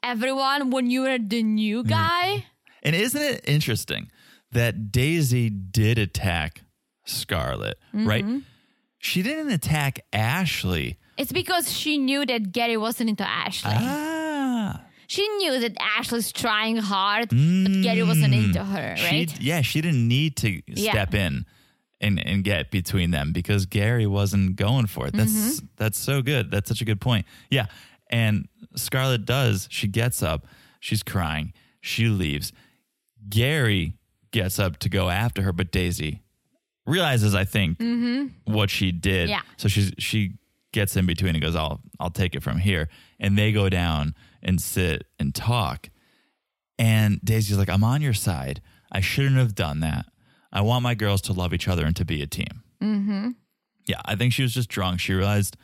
S5: everyone when you were the
S4: Mm.
S5: new guy.
S4: And isn't it interesting that Daisy did attack Scarlet, right?
S5: Mm-hmm.
S4: She didn't attack Ashley.
S5: It's because she knew that Gary wasn't into Ashley.
S4: Ah.
S5: She knew that Ashley's trying hard, but Gary wasn't into her, right?
S4: Mm. She, yeah, she didn't need to
S5: Yeah.
S4: step in and, and get between them because Gary wasn't going for it. That's
S5: Mm-hmm.
S4: that's so good. That's such a good point. Yeah. And Scarlett does. She gets up. She's crying. She leaves. Gary gets up to go after her, but Daisy realizes, I think, what she did.
S5: Mm-hmm. Yeah.
S4: So she's she gets in between and goes, "I'll I'll take it from here." And they go down and sit and talk. And Daisy's like, "I'm on your side. I shouldn't have done that. I want my girls to love each other and to be a team." Mm-hmm. Yeah, I think she was just drunk. She realized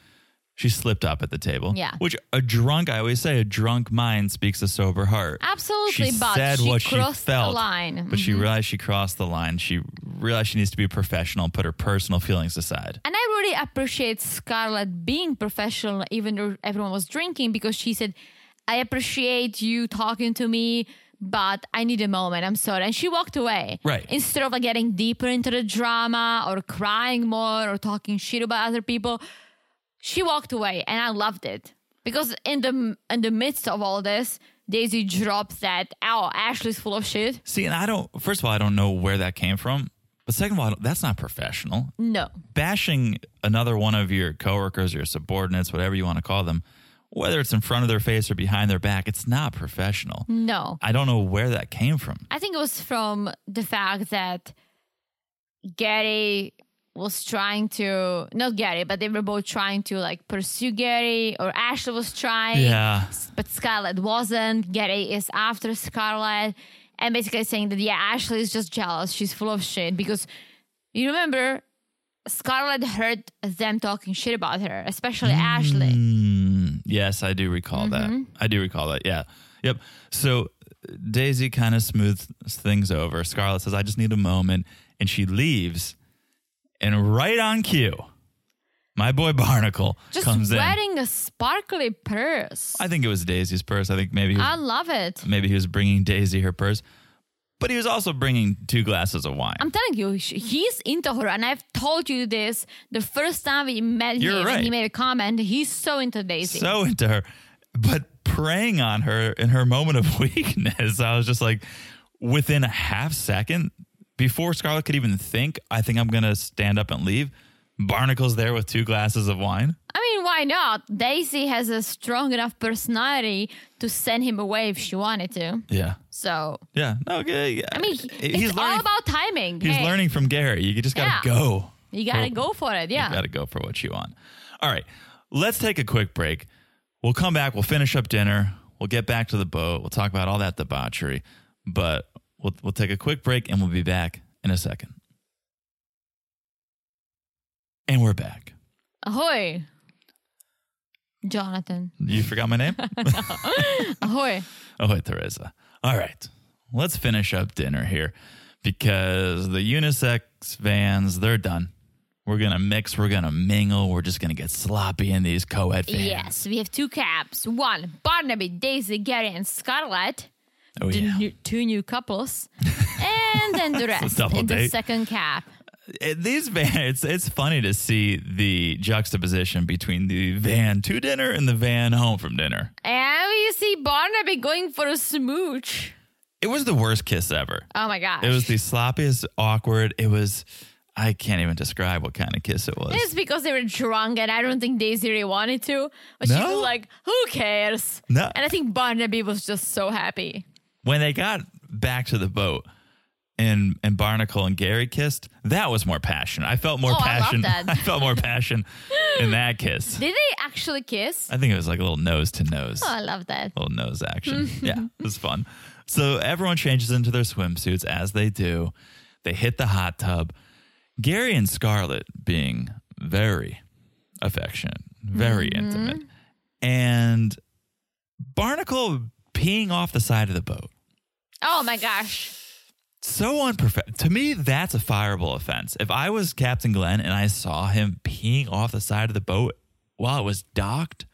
S4: she slipped up at the table.
S5: Yeah.
S4: Which a drunk, I always say, a drunk mind speaks a sober heart.
S5: Absolutely,
S4: She
S5: but
S4: said
S5: she
S4: what
S5: crossed
S4: she felt,
S5: the line. Mm-hmm.
S4: But she realized she crossed the line. She realized she needs to be professional, put her personal feelings aside.
S5: And I really appreciate Scarlett being professional, even though everyone was drinking, because she said, I appreciate you talking to me, but I need a moment. I'm sorry. And she walked away.
S4: Right.
S5: Instead of like getting deeper into the drama or crying more or talking shit about other people, she walked away and I loved it. Because in the in the midst of all this, Daisy dropped that, oh, Ashley's full of shit.
S4: See, and I don't, first of all, I don't know where that came from. But second of all, I don't- that's not professional.
S5: No.
S4: Bashing another one of your coworkers, your subordinates, whatever you want to call them, whether it's in front of their face or behind their back, it's not professional.
S5: No.
S4: I don't know where that came from.
S5: I think it was from the fact that Gary was trying to not Gary, but they were both trying to like pursue Gary or Ashley was trying.
S4: Yeah.
S5: But Scarlett wasn't. Gary is after Scarlett and basically saying that yeah, Ashley is just jealous. She's full of shit because you remember Scarlett heard them talking shit about her, especially Ashley.
S4: Mm, yes, I do recall that. I do recall that. Yeah. Yep. So Daisy kind of smooths things over. Scarlett says, I just need a moment. And she leaves. And right on cue, my boy Barnacle
S5: Just
S4: comes in.
S5: wearing a sparkly purse. I,
S4: I think it was Daisy's purse. I think maybe he was,
S5: love it.
S4: maybe he was bringing Daisy her purse, but he was also bringing two glasses of wine.
S5: I'm telling you, sh- he's into her, and I've told you this the first time we met
S4: You're
S5: him.
S4: right.
S5: and He made a comment. He's so into Daisy.
S4: so into her, but preying on her in her moment of weakness. I was just like, within a half second, before Scarlett could even think, I think I'm going to stand up and leave. Barnacle's there with two glasses of wine.
S5: I mean, why not? Daisy has a strong enough personality to send him away if she wanted to.
S4: Yeah.
S5: So
S4: Yeah. No, okay. Yeah.
S5: I mean, he- it's all about timing.
S4: Uh, he's Oh,
S5: Hey,
S4: learning from Gary. You just got to
S5: Yeah.
S4: go.
S5: You gotta
S4: for-
S5: go for it. Yeah.
S4: You got to go for what you want. All right, let's take a quick break. We'll come back. We'll finish up dinner. We'll get back to the boat. We'll talk about all that debauchery. But we'll, we'll take a quick break and we'll be back in a second. And we're back.
S5: Ahoy. Jonathan.
S4: You forgot my name?
S5: Ahoy.
S4: Oh, wait, Teresa. All right. Let's finish up dinner here because the unisex vans, they're done. We're going to mix. We're going to mingle. We're just going to get sloppy in these co ed vans.
S5: Yes, we have two caps. One, Barnaby, Daisy, Gary, and Scarlett.
S4: Oh,
S5: The
S4: yeah.
S5: new- two new couples. and then the rest
S4: double
S5: in the
S4: date.
S5: second cap.
S4: It- Eh, these van, it's, it's funny to see the juxtaposition between the van to dinner and the van home from dinner.
S5: And we see Barnaby going for a smooch.
S4: It was the worst kiss ever.
S5: Oh my gosh.
S4: It was the sloppiest, awkward. It was, I can't even describe what kind of kiss it was.
S5: It's because they were drunk, and I don't think Daisy really wanted to. But she
S4: No?
S5: was like, "Who cares?"
S4: No.
S5: And I think Barnaby was just so happy.
S4: when they got back to the boat and and Barnacle and Gary kissed, that was more passion. I felt more
S5: Oh, I love
S4: passion.
S5: that.
S4: felt more passion in that kiss.
S5: Did they actually kiss?
S4: I think it was like a little nose to nose.
S5: Oh, I love that.
S4: Little nose action. yeah, it was fun. So everyone changes into their swimsuits as they do. They hit the hot tub. Gary and Scarlett being very affectionate, very intimate. And Barnacle peeing off the side of the boat.
S5: Oh my gosh.
S4: so unprofessional. To me, that's a fireable offense. If I was Captain Glenn and I saw him peeing off the side of the boat while it was docked,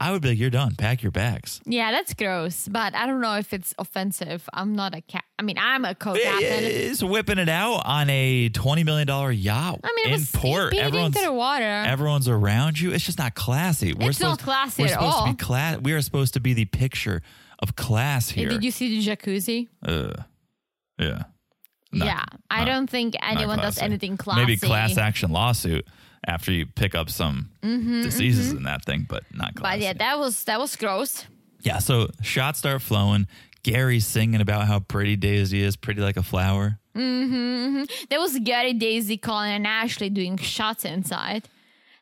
S4: I would be like, "You're done. Pack your bags."
S5: Yeah, that's gross. But I don't know if it's offensive. I'm not a cat. I mean, I'm a
S4: Yeah,
S5: co-captain.
S4: yeah, It's whipping it out on a twenty million dollar yacht
S5: I mean, it
S4: in
S5: was
S4: port.
S5: being
S4: Everyone's
S5: into the water.
S4: everyone's around you. It's just not classy. We're
S5: It's
S4: supposed-
S5: not classy
S4: we're
S5: at
S4: supposed
S5: all.
S4: To be class. We are supposed to be the picture of class
S5: Hey,
S4: here.
S5: Did you see the jacuzzi?
S4: Uh, yeah.
S5: yeah, I
S4: not-
S5: don't think
S4: Not
S5: anyone does
S4: classy.
S5: anything classy.
S4: Maybe class action lawsuit after you pick up some diseases in that thing, but not classy.
S5: Mm-hmm, But yeah, that was that was gross.
S4: yeah, so shots start flowing. Gary's singing about how pretty Daisy is, pretty like a flower.
S5: There was Gary, Daisy, Colin, and Ashley doing shots inside.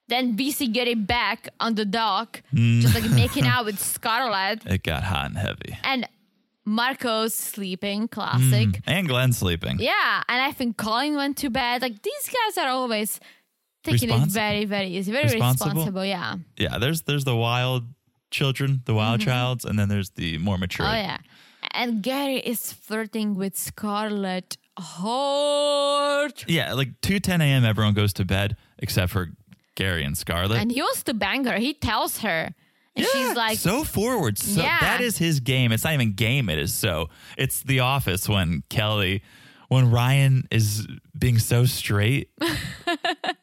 S5: Then BC Gary back on the dock,
S4: Mm.
S5: just like making out with Scarlett.
S4: It got hot and heavy.
S5: And Marco's sleeping, classic.
S4: And Glenn sleeping.
S5: Yeah, and I think Colin went to bed. Like these guys are always taking it
S4: Responsible.
S5: very, very easy, very
S4: Responsible.
S5: responsible. Yeah. Oh,
S4: Yeah, there's there's the wild children, the wild childs, and then there's the more mature.
S5: Mm-hmm. Oh yeah. And Gary is flirting with Scarlett hard.
S4: Yeah, like 2 10 a.m. everyone goes to bed except for Gary and Scarlett.
S5: And he wants to bang her. He tells her.
S4: Yeah,
S5: And she's like,
S4: so forward. So
S5: Yeah.
S4: that is his game. It's not even game. It is so. It's The Office when Kelly, when Ryan is being so straight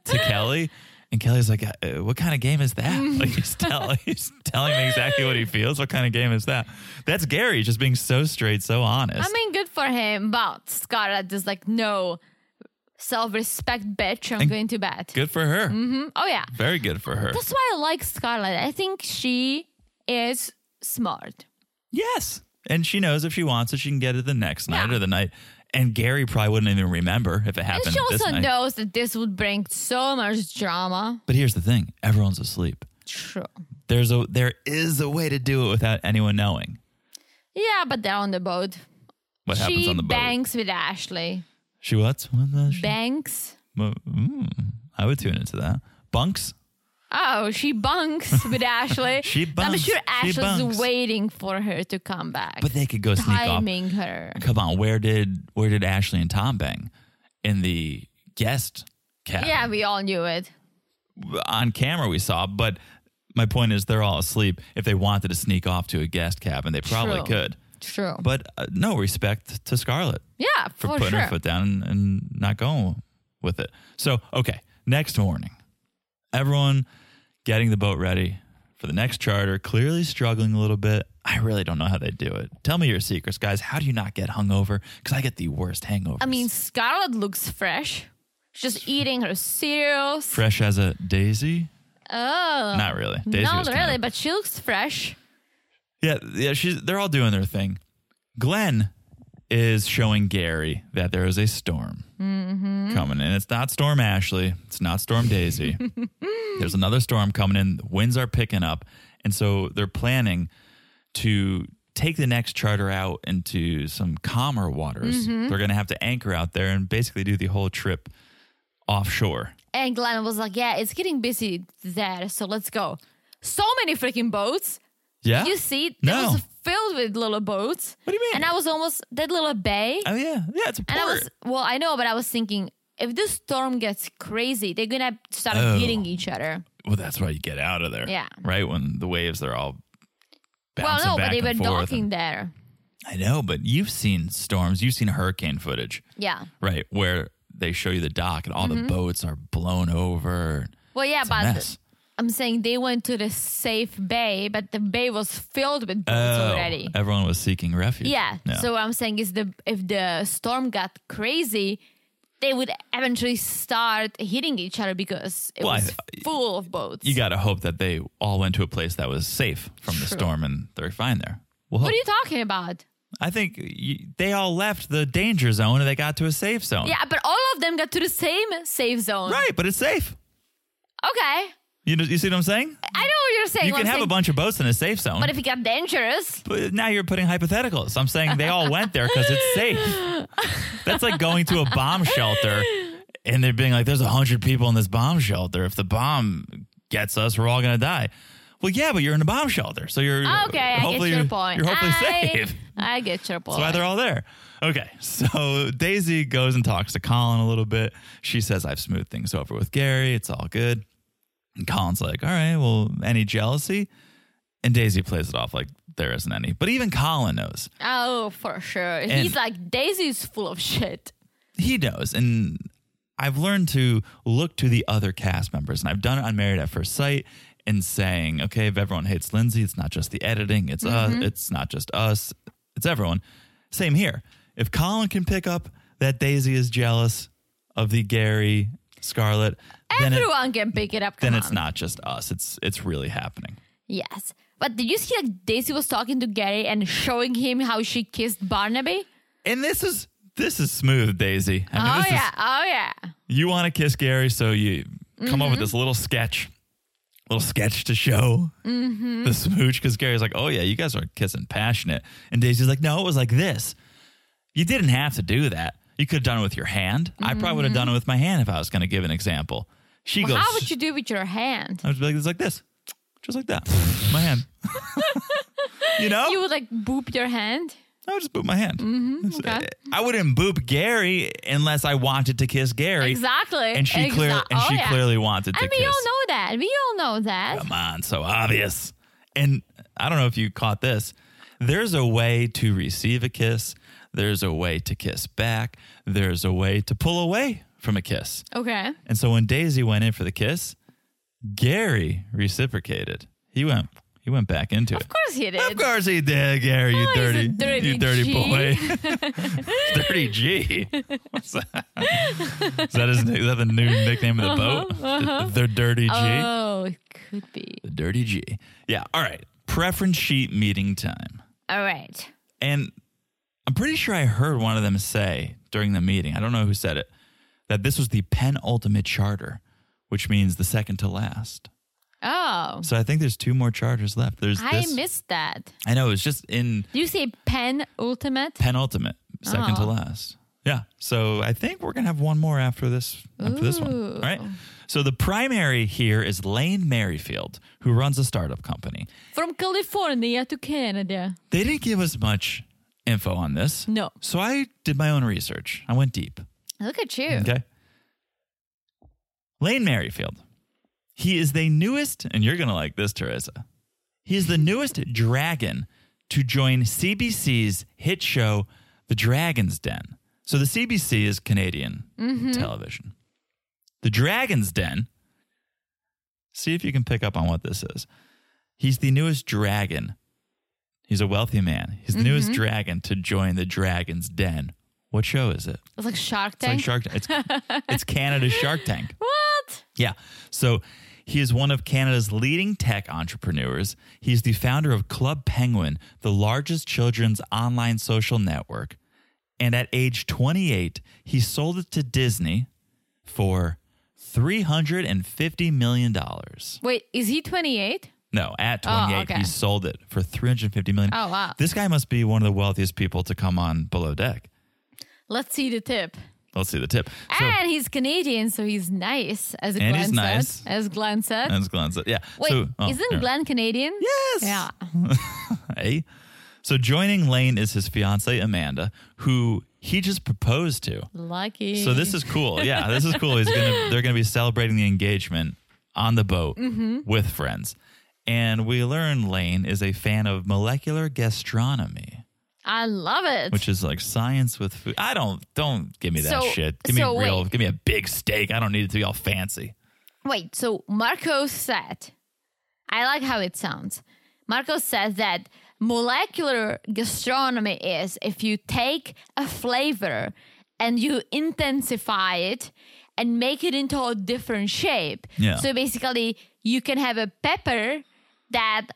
S4: to Kelly, and Kelly's like, uh, "What kind of game is that?"
S5: Mm.
S4: Like he's telling, he's telling me exactly what he feels. What kind of game is that? That's Gary just being so straight, so honest.
S5: I mean, good for him, but Scarlett is like, no, self respect, bitch. I'm
S4: And-
S5: going to bed.
S4: good for her.
S5: Mm, Oh, yeah.
S4: Very good for her.
S5: That's why I like Scarlett. I think she is smart.
S4: Yes. And she knows if she wants it, she can get it the next night
S5: Yeah.
S4: or the night. And Gary probably wouldn't even remember if it happened.
S5: And she
S4: this
S5: also
S4: night.
S5: knows that this would bring so much drama.
S4: But here's the thing: everyone's asleep.
S5: True.
S4: There's a there is a way to do it without anyone knowing
S5: Yeah, but they're on the boat.
S4: what happens
S5: she
S4: on the boat.
S5: bangs with Ashley.
S4: She what? What the- she-
S5: Banks.
S4: Mo- mm, I would tune into that. Bunks.
S5: Oh, she bunks with Ashley.
S4: She
S5: I'm
S4: bunks.
S5: sure
S4: She bunks.
S5: Ashley's waiting for her to come back.
S4: But they could go sneak off.
S5: timing her.
S4: Come on, where did where did Ashley and Tom bang? In the guest cabin.
S5: Yeah, we all knew it.
S4: On camera we saw, but my point is they're all asleep. If they wanted to sneak off to a guest cabin, they probably
S5: True.
S4: could.
S5: True.
S4: But uh, no respect to Scarlett.
S5: yeah,
S4: for
S5: for,
S4: putting
S5: Oh, sure.
S4: her foot down and, and not going with it. So, okay, next morning, everyone getting the boat ready for the next charter, clearly struggling a little bit. I really don't know how they do it. Tell me your secrets, guys. How do you not get hungover? Because I get the worst hangovers.
S5: I mean, Scarlett looks fresh. She's just eating her cereals.
S4: fresh as a daisy?
S5: oh,
S4: Not really. Daisy
S5: not
S4: was
S5: really,
S4: kinda-
S5: but she looks fresh.
S4: yeah, yeah. She's they're all doing their thing. Glenn is showing Gary that there is a storm
S5: Mm-hmm.
S4: coming in. It's not Storm Ashley. It's not Storm Daisy. There's another storm coming in. The winds are picking up. And so they're planning to take the next charter out into some calmer waters.
S5: Mm-hmm.
S4: They're going to have to anchor out there and basically do the whole trip offshore.
S5: And Glenn was like, "Yeah, it's getting busy there, so let's go." So many freaking boats.
S4: Yeah.
S5: You see, it
S4: No.
S5: was filled with little boats.
S4: What do you mean?
S5: And I was almost that little bay.
S4: oh, yeah. Yeah, it's a port.
S5: and I was well, I know, but I was thinking if this storm gets crazy, they're gonna start
S4: Oh.
S5: hitting each other.
S4: well, that's why you get out of there.
S5: Yeah.
S4: Right when the waves are all
S5: Well,
S4: bouncing
S5: no, but
S4: back
S5: they were
S4: and forth.
S5: docking
S4: and-
S5: there.
S4: I know, but you've seen storms. You've seen hurricane footage,
S5: Yeah.
S4: right? Where they show you the dock and all
S5: Mm-hmm.
S4: the boats are blown over.
S5: Well, yeah,
S4: It's a
S5: but
S4: mess.
S5: I'm saying they went to the safe bay, but the bay was filled with boats
S4: Oh,
S5: already.
S4: everyone was seeking refuge.
S5: Yeah. So what I'm saying is the if the storm got crazy, they would eventually start hitting each other because it
S4: Well, I-
S5: was full of boats.
S4: you got to hope that they all went to a place that was safe from the storm and they're fine there. Well,
S5: what are you talking about?
S4: I think you, they all left the danger zone and they got to a safe zone.
S5: Yeah, but all of them got to the same safe zone.
S4: Oh. Right, but it's safe.
S5: Okay.
S4: You know, you see what I'm saying?
S5: I know what you're saying.
S4: you
S5: what
S4: can
S5: I'm
S4: have
S5: saying,
S4: a bunch of boats in a safe zone.
S5: But if it got dangerous,
S4: But now you're putting hypotheticals. I'm saying they all went there because it's safe. That's like going to a bomb shelter and they're being like, there's 100 people in this bomb shelter. If the bomb gets us, we're all going to die. Well, yeah, but you're in a bomb shelter. So you're
S5: ah, okay, I get
S4: hopefully
S5: your
S4: you're-
S5: point.
S4: You're hopefully
S5: I,
S4: safe.
S5: I get your point.
S4: That's why they're all there. Okay, so Daisy goes and talks to Colin a little bit. She says, I've smoothed things over with Gary. It's all good. And Colin's like, All right, well, any jealousy? And Daisy plays it off like there isn't any. But even Colin knows.
S5: oh, for sure. He's like Daisy's full of shit.
S4: He knows. And I've learned to look to the other cast members. And I've done it on Married at First Sight and saying, Okay, if everyone hates Lindsay, it's not just the editing, it's
S5: Mm-hmm.
S4: us, it's not just us, it's everyone. Same here. If Colin can pick up that Daisy is jealous of the Gary Scarlet, then, it,
S5: Everyone can pick it up.
S4: then
S5: come
S4: it's
S5: on.
S4: not just us. It's it's really happening.
S5: Yes. But did you see like Daisy was talking to Gary and showing him how she kissed Barnaby?
S4: And this is this is smooth, Daisy. I mean,
S5: oh
S4: this is-
S5: yeah, oh yeah.
S4: you want to kiss Gary, so you come up
S5: Mm-hmm.
S4: with this little sketch, little sketch to show
S5: Mm-hmm.
S4: the smooch. Because Gary's like, "Oh yeah, you guys are kissing passionate," and Daisy's like, "No, it was like this. You didn't have to do that. You could have done it with your hand. I probably would have done it with my hand if I was going to give an example." She
S5: Mm-hmm. Well,
S4: goes,
S5: how would you do with your hand?
S4: "I would be like, it's like this, just like that, my hand." you know,
S5: You would like boop your hand?
S4: I would just boop my hand.
S5: okay.
S4: I wouldn't boop Gary unless I wanted to kiss Gary.
S5: Exactly.
S4: And she
S5: Exa-
S4: clear and
S5: oh,
S4: she
S5: yeah.
S4: clearly wanted to
S5: And
S4: kiss.
S5: we all know that. We all know that.
S4: Come on, so obvious. And I don't know if you caught this. There's a way to receive a kiss. There's a way to kiss back. There's a way to pull away from a kiss.
S5: Okay.
S4: And so when Daisy went in for the kiss, Gary reciprocated. He went he went back into it.
S5: Of course he did.
S4: Of course he did, Gary. You
S5: Oh, he's
S4: dirty,
S5: a dirty
S4: you dirty
S5: G.
S4: boy. dirty G. What's that? Is that, his, is that the new nickname of the
S5: Uh-huh,
S4: boat? The, the dirty G.
S5: Oh, it could be.
S4: the dirty G. Yeah. All right. Preference sheet meeting time,
S5: All right.
S4: and I'm pretty sure I heard one of them say during the meeting. I don't know who said it that this was the penultimate charter, which means the second to last.
S5: Oh,
S4: So I think there's two more charters left. There's
S5: I
S4: this.
S5: missed that.
S4: I know it's just in.
S5: Do you say pen ultimate?
S4: penultimate, second to
S5: Oh.
S4: last. Yeah. So I think we're gonna have one more after this after this one. All right. So the primary here is Lane Merrifield, who runs a startup company.
S5: From California to Canada.
S4: They didn't give us much info on this.
S5: No.
S4: So I did my own research. I went deep.
S5: Look at you.
S4: Okay. Lane Merrifield. He is the newest, and you're gonna like this, Teresa. He is the newest dragon to join CBC's hit show, The Dragon's Den. So the CBC is Canadian television. The Dragon's Den. See if you can pick up on what this is. He's the newest dragon. He's a wealthy man. He's the newest dragon to join the Dragon's Den. What show is it?
S5: It's like Shark
S4: It's like
S5: Tank.
S4: Shark It's, it's Canada's Shark Tank.
S5: what?
S4: Yeah. So he is one of Canada's leading tech entrepreneurs. He's the founder of Club Penguin, the largest children's online social network. And at age 28, he sold it to Disney for $350 million.
S5: Wait, is he 28?
S4: No, at 28,
S5: Oh, okay.
S4: he sold it for $350 million.
S5: Oh, wow.
S4: This guy must be one of the wealthiest people to come on Below Deck.
S5: Let's see the tip.
S4: Let's see the tip. So,
S5: and he's Canadian, so he's nice, as
S4: And
S5: Glenn
S4: he's
S5: said.
S4: nice.
S5: As Glenn said.
S4: that's Glenn. So, yeah.
S5: Wait,
S4: so, oh,
S5: isn't
S4: never-
S5: Glenn Canadian?
S4: Yes.
S5: Yeah.
S4: Hey. So joining Lane is his fiancee Amanda, who he just proposed to.
S5: Lucky.
S4: So this is cool. Yeah, this is cool. He's gonna they're gonna be celebrating the engagement on the boat
S5: Mm-hmm.
S4: with friends. And we learn Lane is a fan of molecular gastronomy,
S5: I love it.
S4: which is like science with food. I don't don't give me that
S5: So-
S4: shit. Give me
S5: so
S4: real.
S5: wait.
S4: Give me a big steak. I don't need it to be all fancy.
S5: Wait, so Marco said, I like how it sounds. Marco said that molecular gastronomy is if you take a flavor and you intensify it and make it into a different shape.
S4: Yeah.
S5: So basically, you can have a pepper that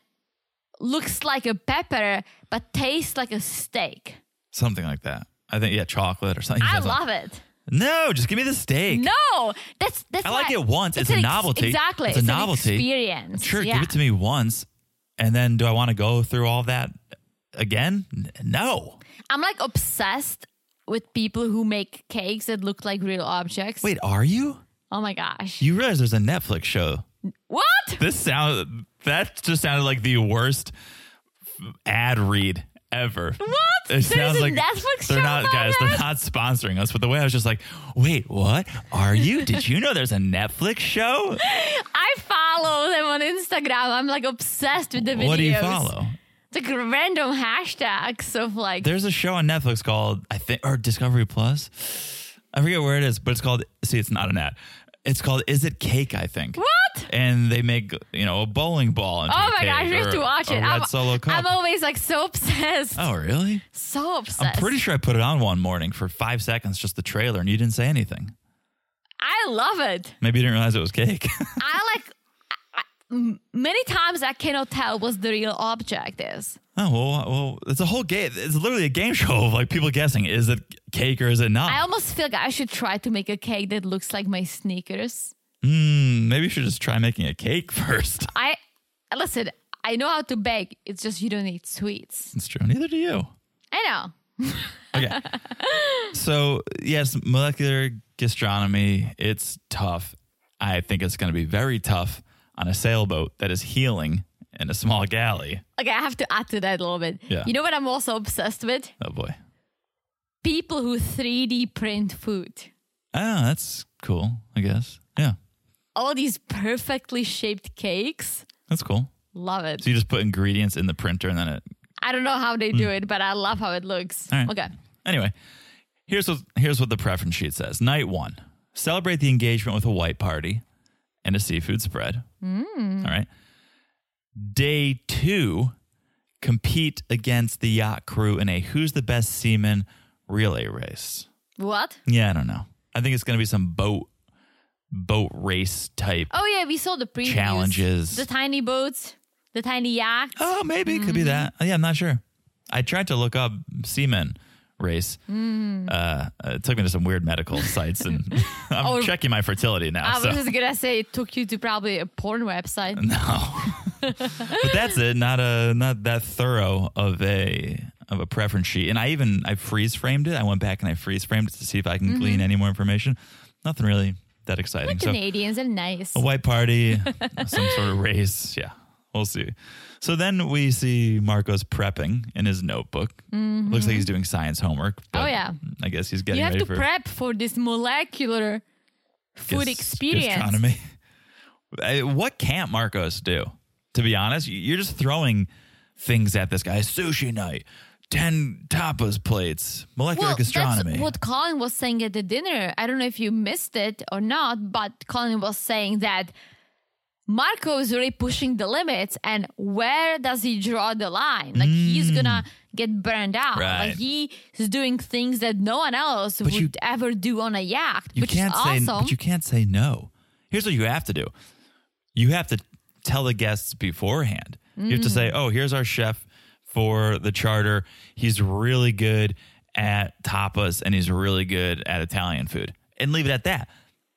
S5: looks like a pepper but tastes like a steak.
S4: Something like that. I think yeah, chocolate or something.
S5: I love it.
S4: No, just give me the steak.
S5: No, that's that's.
S4: I like
S5: why-
S4: it once. It's a
S5: an ex-
S4: novelty.
S5: Exactly,
S4: It's a
S5: an
S4: novelty.
S5: experience.
S4: Sure,
S5: yeah.
S4: give it to me once, and then do I want to go through all that again? N- No.
S5: I'm like obsessed with people who make cakes that look like real objects.
S4: Wait, are you?
S5: Oh my gosh.
S4: You realize there's a Netflix show?
S5: what?
S4: This sound that just sounded like the worst f- ad read ever. What? It
S5: There's a Netflix
S4: they're
S5: show
S4: not
S5: about
S4: guys. They're
S5: that?
S4: not sponsoring us. But the way I was just like, wait, what are you? Did you know there's a Netflix show?
S5: I follow them on Instagram. I'm like obsessed with the videos.
S4: What do you follow?
S5: It's like random hashtags of like
S4: There's a show on Netflix called I think or Discovery Plus. I forget where it is, but it's called. See, it's not an ad. It's called Is It Cake? I think.
S5: what?
S4: And they make you know a bowling ball. Into
S5: Oh
S4: a
S5: my
S4: cake
S5: gosh, we
S4: or
S5: have to watch
S4: a
S5: it.
S4: Red
S5: I'm,
S4: Solo Cup.
S5: I'm always like so obsessed.
S4: oh really?
S5: So
S4: I'm
S5: obsessed.
S4: pretty sure I put it on one morning for five seconds, just the trailer, and you didn't say anything.
S5: I love it.
S4: Maybe you didn't realize it was cake.
S5: I like I- I- m- many times I cannot tell what the real object is.
S4: oh well, well, it's a whole game. It's literally a game show of like people guessing: is it cake or is it not?
S5: I almost feel like I should try to make a cake that looks like my sneakers.
S4: Hmm, maybe you should just try making a cake first.
S5: I listen. I know how to bake. It's just you don't need sweets.
S4: It's true. Neither do you.
S5: I know.
S4: Okay. so, yes, molecular gastronomy, it's tough. I think it's going to be very tough on a sailboat that is healing in a small galley.
S5: Okay, I have to add to that a little bit.
S4: Yeah.
S5: You know what I'm also obsessed with?
S4: Oh, boy.
S5: People who 3D print food.
S4: Oh, that's cool, I guess. Yeah,
S5: All these perfectly shaped cakes.
S4: that's cool.
S5: Love it.
S4: So, you just put ingredients in the printer and then it.
S5: I don't know how they do it, but I love how it looks.
S4: Mm. All right.
S5: Okay.
S4: Anyway, here's what, here's what the preference sheet says Night one, celebrate the engagement with a white party and a seafood spread. All right. Day two, compete against the yacht crew in a who's the best seaman relay race.
S5: What?
S4: Yeah, I don't know. I think it's going to be some boat boat race type.
S5: Oh yeah, we saw the previews.
S4: Challenges.
S5: The tiny boats, the tiny yachts.
S4: Oh, maybe it could be that.
S5: Mm-hmm.
S4: Yeah, I'm not sure. I tried to look up seaman race.
S5: Mm.
S4: Uh, it took me to some weird medical sites, and I'm
S5: Or-
S4: checking my fertility now.
S5: Oh, I
S4: so.
S5: was just gonna say it took you to probably a porn website.
S4: No. but that's it. Not a not that thorough of a of a preference sheet. And I even I freeze framed it. I went back and I freeze framed it to see if I can
S5: Mm-hmm.
S4: glean any more information. Nothing really that exciting. So Oh,
S5: Canadians are nice.
S4: a white party, some sort of race. Yeah. We'll see. So then we see Marcos prepping in his notebook. Looks like he's doing science homework. but
S5: Mm-hmm. Oh, yeah.
S4: I guess he's getting
S5: you have
S4: ready
S5: to
S4: for
S5: prep for this molecular food
S4: gas-
S5: experience.
S4: gastronomy. I- what can't Marcos do? To be honest, You- you're just throwing things at this guy. Sushi night, ten tapas plates, molecular
S5: Well,
S4: gastronomy.
S5: that's what Colin was saying at the dinner. I don't know if you missed it or not, but Colin was saying that Marco is really pushing the limits, and where does he draw the line? Like he's gonna get burned out.
S4: Mm. Right.
S5: Like he is doing things that no one else would
S4: you-
S5: ever do on a yacht,
S4: you
S5: which
S4: can't
S5: is
S4: say,
S5: awesome.
S4: but you can't say no. Here's what you have to do: you have to tell the guests beforehand.
S5: Mm.
S4: You have to say, "Oh, here's our chef for the charter. He's really good at tapas and he's really good at Italian food. And leave it at that.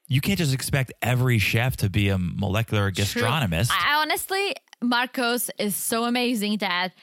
S4: You can't just expect every chef to be a molecular
S5: True.
S4: gastronomist.
S5: I, I honestly, Marcos is so amazing that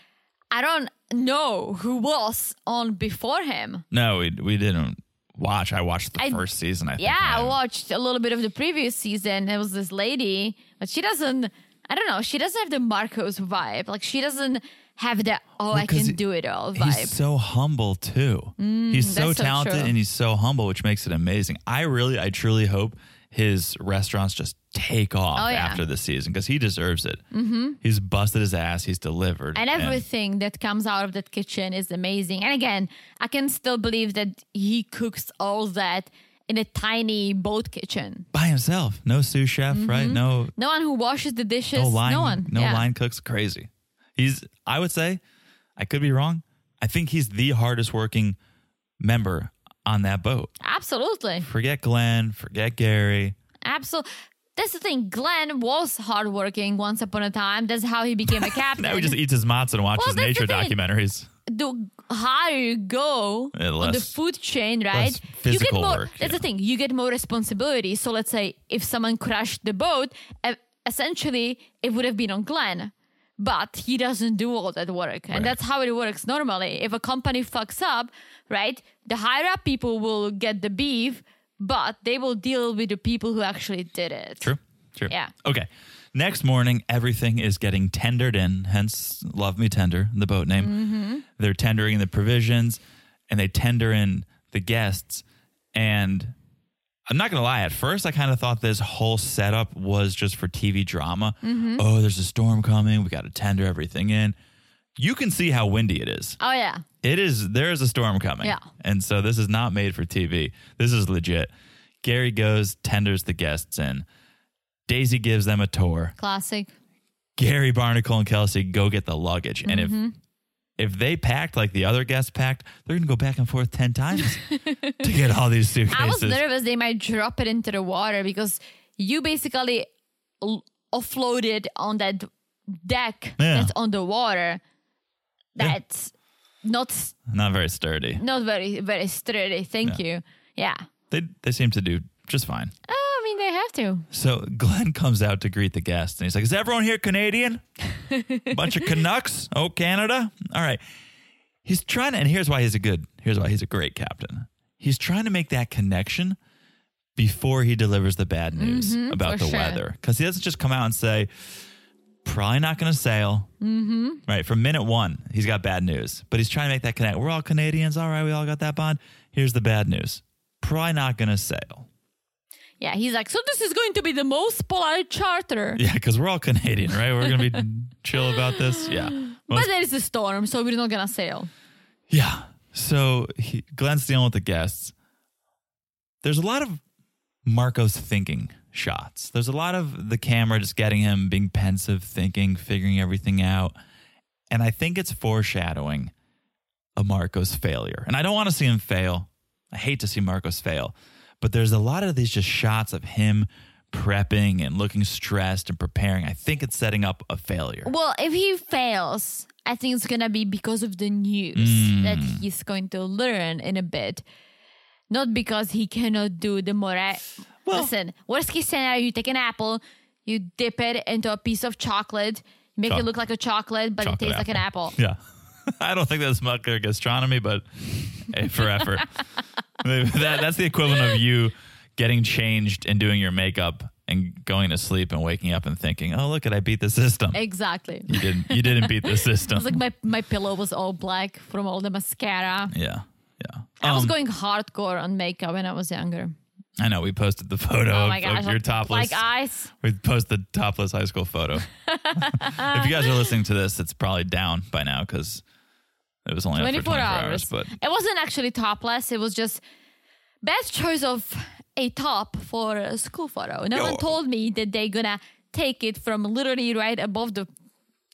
S5: I don't know who was on before him.
S4: no, we, we didn't watch. I watched the
S5: I-
S4: first season. I think.
S5: Yeah, I
S4: and
S5: watched a little bit of the previous season. It was this lady, but she doesn't. I don't know. She doesn't have the Marcos vibe. Like she doesn't have that. Oh, I
S4: 'cause
S5: can
S4: he-
S5: do it all
S4: He's
S5: vibe. Mm,
S4: so humble too. he's so
S5: that's so
S4: talented
S5: true.
S4: and he's so humble, which makes it amazing. I really, I truly hope his restaurants just take off
S5: Oh, yeah.
S4: after the season because he deserves it. Mm-hmm. He's busted his ass. He's delivered.
S5: And everything that comes out of that kitchen is amazing. And again, I can still believe that he cooks all that in a tiny boat kitchen.
S4: by himself, no sous chef, right? No,
S5: No one who washes the dishes.
S4: no line, no,
S5: Mm-hmm. one. Yeah.
S4: line cooks. Crazy. He's. I would say, I could be wrong. I think he's the hardest working member on that boat.
S5: Absolutely.
S4: Forget Glenn. Forget Gary.
S5: Absolutely. That's the thing. Glenn was hardworking once upon a time. That's how he became a captain.
S4: Now he just eats his mats and watches
S5: Well, that's
S4: nature
S5: the thing.
S4: documentaries.
S5: the higher you go
S4: Yeah,
S5: on the
S4: less-
S5: food chain, right? You get
S4: physical
S5: more.
S4: work,
S5: that's
S4: yeah.
S5: the thing. You get more responsibility. So let's say if someone crashed the boat, e- essentially it would have been on Glenn, but he doesn't do all that work, and that's how it works normally. If a company fucks up, right, the higher up people will get the beef, but they will deal with the people who actually did it.
S4: True. True.
S5: Yeah.
S4: Okay. Next morning, everything is getting tendered in, hence Love Me Tender, the boat name. They're tendering the provisions and they tender in the guests. And I'm not going to lie, at first, I kind of thought this whole setup was just for TV drama. Oh, there's a storm coming. We got to tender everything in. You can see how windy it is.
S5: Oh yeah.
S4: It is. There is a storm coming.
S5: Yeah.
S4: And so this is not made for TV. This is legit. Gary goes, tenders the guests in. Daisy gives them a tour.
S5: Classic.
S4: Gary, Barnacle, and Kelsey go get the luggage.
S5: Mm-hmm.
S4: And if if they packed like the other guests packed, they're gonna go back and forth ten times to get all these suitcases.
S5: I was nervous they might drop it into the water because you basically l- offloaded on that deck
S4: Yeah.
S5: that's on the water.
S4: Yeah.
S5: That's not s-
S4: Not very sturdy.
S5: not very very sturdy. Thank you. Yeah.
S4: They they seem to do just fine.
S5: Oh, I mean they have to.
S4: So Glenn comes out to greet the guests and he's like, Is everyone here Canadian? Bunch of Canucks? Oh, Canada? All right. He's trying to, and here's why he's a good, here's why he's a great captain. He's trying to make that connection before he delivers the bad news about
S5: Mm-hmm, for
S4: the
S5: sure.
S4: weather. Because he doesn't just come out and say, probably not going to sail. Mm-hmm. Right. From minute one, he's got bad news, but he's trying to make that connect. We're all Canadians. All right. We all got that bond. Here's the bad news. Probably not going to sail.
S5: Yeah, he's like, so this is going to be the most polite charter.
S4: Yeah, because we're all Canadian, right? We're gonna be chill about this. Yeah,
S5: But
S4: Most-
S5: there is a storm, so we're not gonna sail.
S4: yeah. So he, Glenn's dealing with the guests. There's a lot of Marco's thinking shots. There's a lot of the camera just getting him being pensive, thinking, figuring everything out, and I think it's foreshadowing a Marco's failure. And I don't want to see him fail. I hate to see Marcos fail, but there's a lot of these just shots of him prepping and looking stressed and preparing. I think it's setting up a failure.
S5: Well, if he fails, I think it's gonna be because of the news that
S4: Mm.
S5: he's going to learn in a bit. Not because he cannot do the more. eh,
S4: Well-
S5: Listen, worst case scenario, you take an apple, you dip it into a piece of chocolate, make
S4: Choc-
S5: it look like a chocolate, but
S4: Chocolate
S5: it tastes like an apple.
S4: Yeah. I don't think that's molecular gastronomy, but hey, for effort. that, that's the equivalent of you getting changed and doing your makeup and going to sleep and waking up and thinking, oh, look at I beat the system.
S5: Exactly.
S4: You didn't, you didn't beat the system.
S5: It's like my, my pillow was all black from all the mascara.
S4: yeah. Yeah.
S5: I was
S4: Um,
S5: going hardcore on makeup when I was younger.
S4: I know. We posted the photo
S5: Oh
S4: of,
S5: my gosh.
S4: of your topless.
S5: Like eyes.
S4: we posted the topless high school photo. if you guys are listening to this, it's probably down by now because it was only up for
S5: 24 hours.
S4: But
S5: It wasn't actually topless. It was just best choice of a top for a school photo. No one
S4: Yo.
S5: told me that they're gonna take it from literally right above the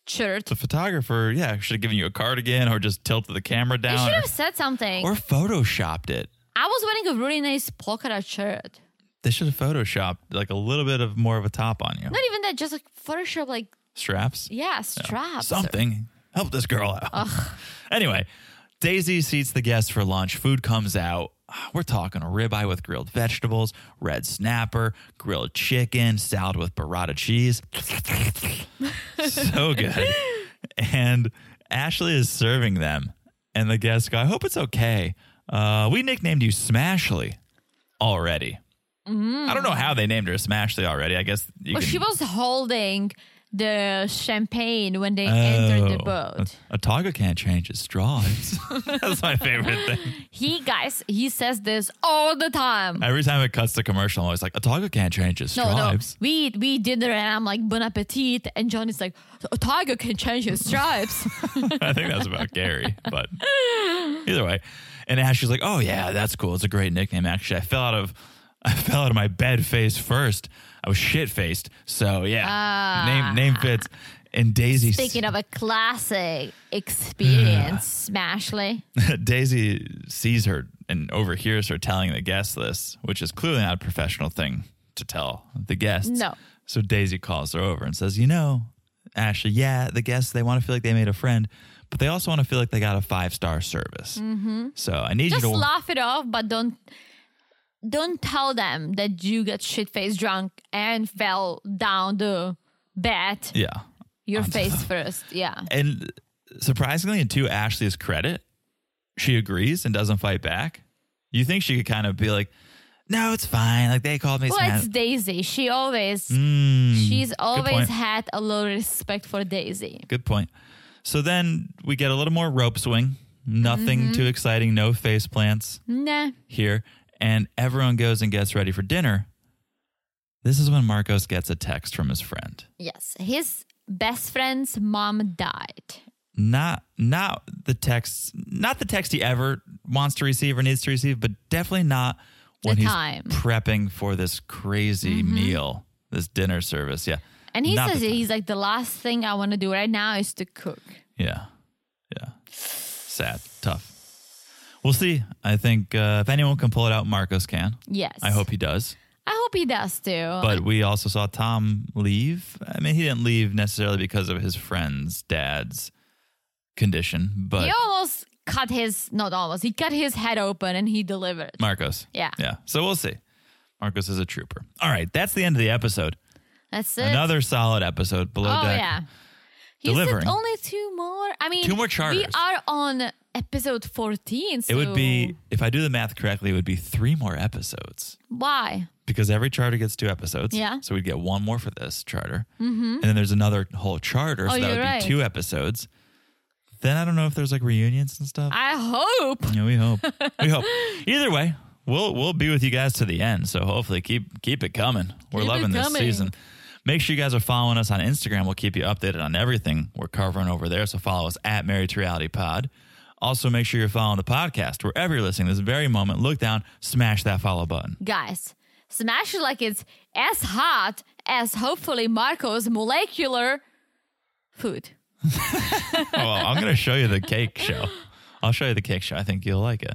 S5: shirt.
S4: the photographer, yeah, should have given you a cardigan or just tilted the camera
S5: They
S4: down
S5: should
S4: or,
S5: have said something.
S4: or photoshopped it.
S5: I was wearing a really nice polka dot shirt.
S4: They should have photoshopped like a little bit of more of a top on you.
S5: Not even that, just like Photoshop, like
S4: Straps?
S5: yeah, straps.
S4: Something. Help this girl out. Anyway, Daisy seats the guests for lunch. Food comes out. We're talking a ribeye with grilled vegetables, red snapper, grilled chicken, salad with burrata cheese. so good. And Ashley is serving them. And the guests go, I hope it's okay. Uh, we nicknamed you Smashly already. I don't know how they named her Smashly already. I guess you
S5: Well,
S4: can,
S5: she was holding the champagne when they entered the
S4: Oh,
S5: boat.
S4: A, a tiger can't change his straws. That's my favorite thing.
S5: He guys, he says this all the time.
S4: Every time it cuts to commercial, I'm always like, Otago can't change his
S5: no, no,
S4: stripes.
S5: we we did it, and I'm like bon appetit, and Johnny's like a tiger can change his stripes.
S4: I think that's about Gary, but either way. And Ashley's like, "Oh yeah, that's cool. It's a great nickname. Actually, I fell out of I fell out of my bed face first. I was shit faced. So yeah,
S5: Ah.
S4: name name fits." And Daisy
S5: Thinking of a classic experience, Smashly.
S4: Daisy sees her and overhears her telling the guests this, which is clearly not a professional thing to tell the guests.
S5: No.
S4: So Daisy calls her over and says, You know, Ashley, yeah, the guests, they want to feel like they made a friend, but they also want to feel like they got a five star service. Mm-hmm. So I need
S5: Just
S4: you to.
S5: laugh it off, but don't don't tell them that you got shit faced drunk and fell down the bed,
S4: yeah.
S5: your face first. Yeah.
S4: And surprisingly, and to Ashley's credit, she agrees and doesn't fight back. You think she could kind of be like, No, it's fine. Like they called me.
S5: Well,
S4: Smash-
S5: it's Daisy. She always
S4: Mm.
S5: she's always
S4: point.
S5: had a lot of respect for Daisy.
S4: Good point. So then we get a little more rope swing. Nothing
S5: Mm-hmm.
S4: too exciting, no face plants
S5: Nah.
S4: here. And everyone goes and gets ready for dinner. This is when Marcos gets a text from his friend.
S5: Yes, his best friend's mom died.
S4: Not not the text not the text he ever wants to receive or needs to receive, but definitely not when
S5: The
S4: he's
S5: time. Mm-hmm.
S4: prepping for this crazy meal, this dinner service. Yeah.
S5: And he
S4: Not the
S5: says
S4: time.
S5: he's like the last thing I want to do right now is to cook.
S4: Yeah. Yeah. Sad. Tough. We'll see. I think uh, if anyone can pull it out, Marcos can.
S5: Yes. Oh,
S4: I hope he does.
S5: I hope he does too.
S4: But we also saw Tom leave. I mean, he didn't leave necessarily because of his friend's dad's condition, but
S5: he almost cut his not almost. He cut his head open and he delivered.
S4: Marcos.
S5: Yeah.
S4: Yeah. So we'll see. Marcos is a trooper. All right. That's the end of the episode.
S5: That's it.
S4: Another solid episode. Below
S5: oh
S4: deck.
S5: yeah. He said
S4: Delivering.
S5: only two more. I mean,
S4: Two more
S5: We
S4: charters.
S5: are on episode 14. So
S4: It would be, if I do the math correctly, it would be three more episodes.
S5: why?
S4: because every charter gets two episodes.
S5: Yeah.
S4: So we'd get one more for this charter. Mm-hmm. And then there's another whole charter. So that
S5: Oh, you're
S4: would be
S5: right.
S4: two episodes. Then I don't know if there's like reunions and stuff.
S5: I hope.
S4: yeah, we hope. we hope. Either way, we'll we'll be with you guys to the end. So hopefully keep keep it coming. We're
S5: Keep it
S4: loving this
S5: coming.
S4: season. Make sure you guys are following us on Instagram. We'll keep you updated on everything we're covering over there. So follow us at Married to Reality Pod. Also, make sure you're following the podcast wherever you're listening. This very moment, look down, smash that follow button.
S5: guys smash it like it's as hot as hopefully marco's molecular food
S4: well, I'm going to show you the cake show. I'll show you the cake show. I think you'll like it.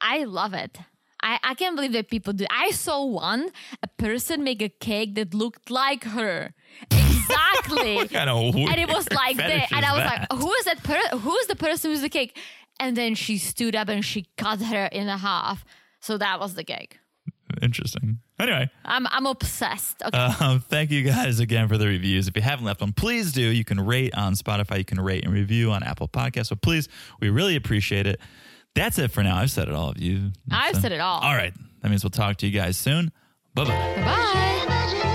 S5: i love it I, I can't believe that people do i saw one a person make a cake that looked like her exactly
S4: Kind of weird.
S5: and it was like
S4: fetish
S5: that and
S4: is
S5: i was
S4: that?
S5: like oh. who is that per- who is the person who's the cake and then she stood up and she cut her in half so that was the cake
S4: interesting. Anyway,
S5: i'm, I'm obsessed okay
S4: um, thank you guys again for the reviews. If you haven't left one, please do. You can rate on Spotify. You can rate and review on Apple Podcasts. So please, we really appreciate it. That's it for now. I've said it all of you.
S5: i've
S4: So-
S5: said it all
S4: All right. That means we'll talk to you guys soon. Bye bye.
S5: bye
S6: Imagine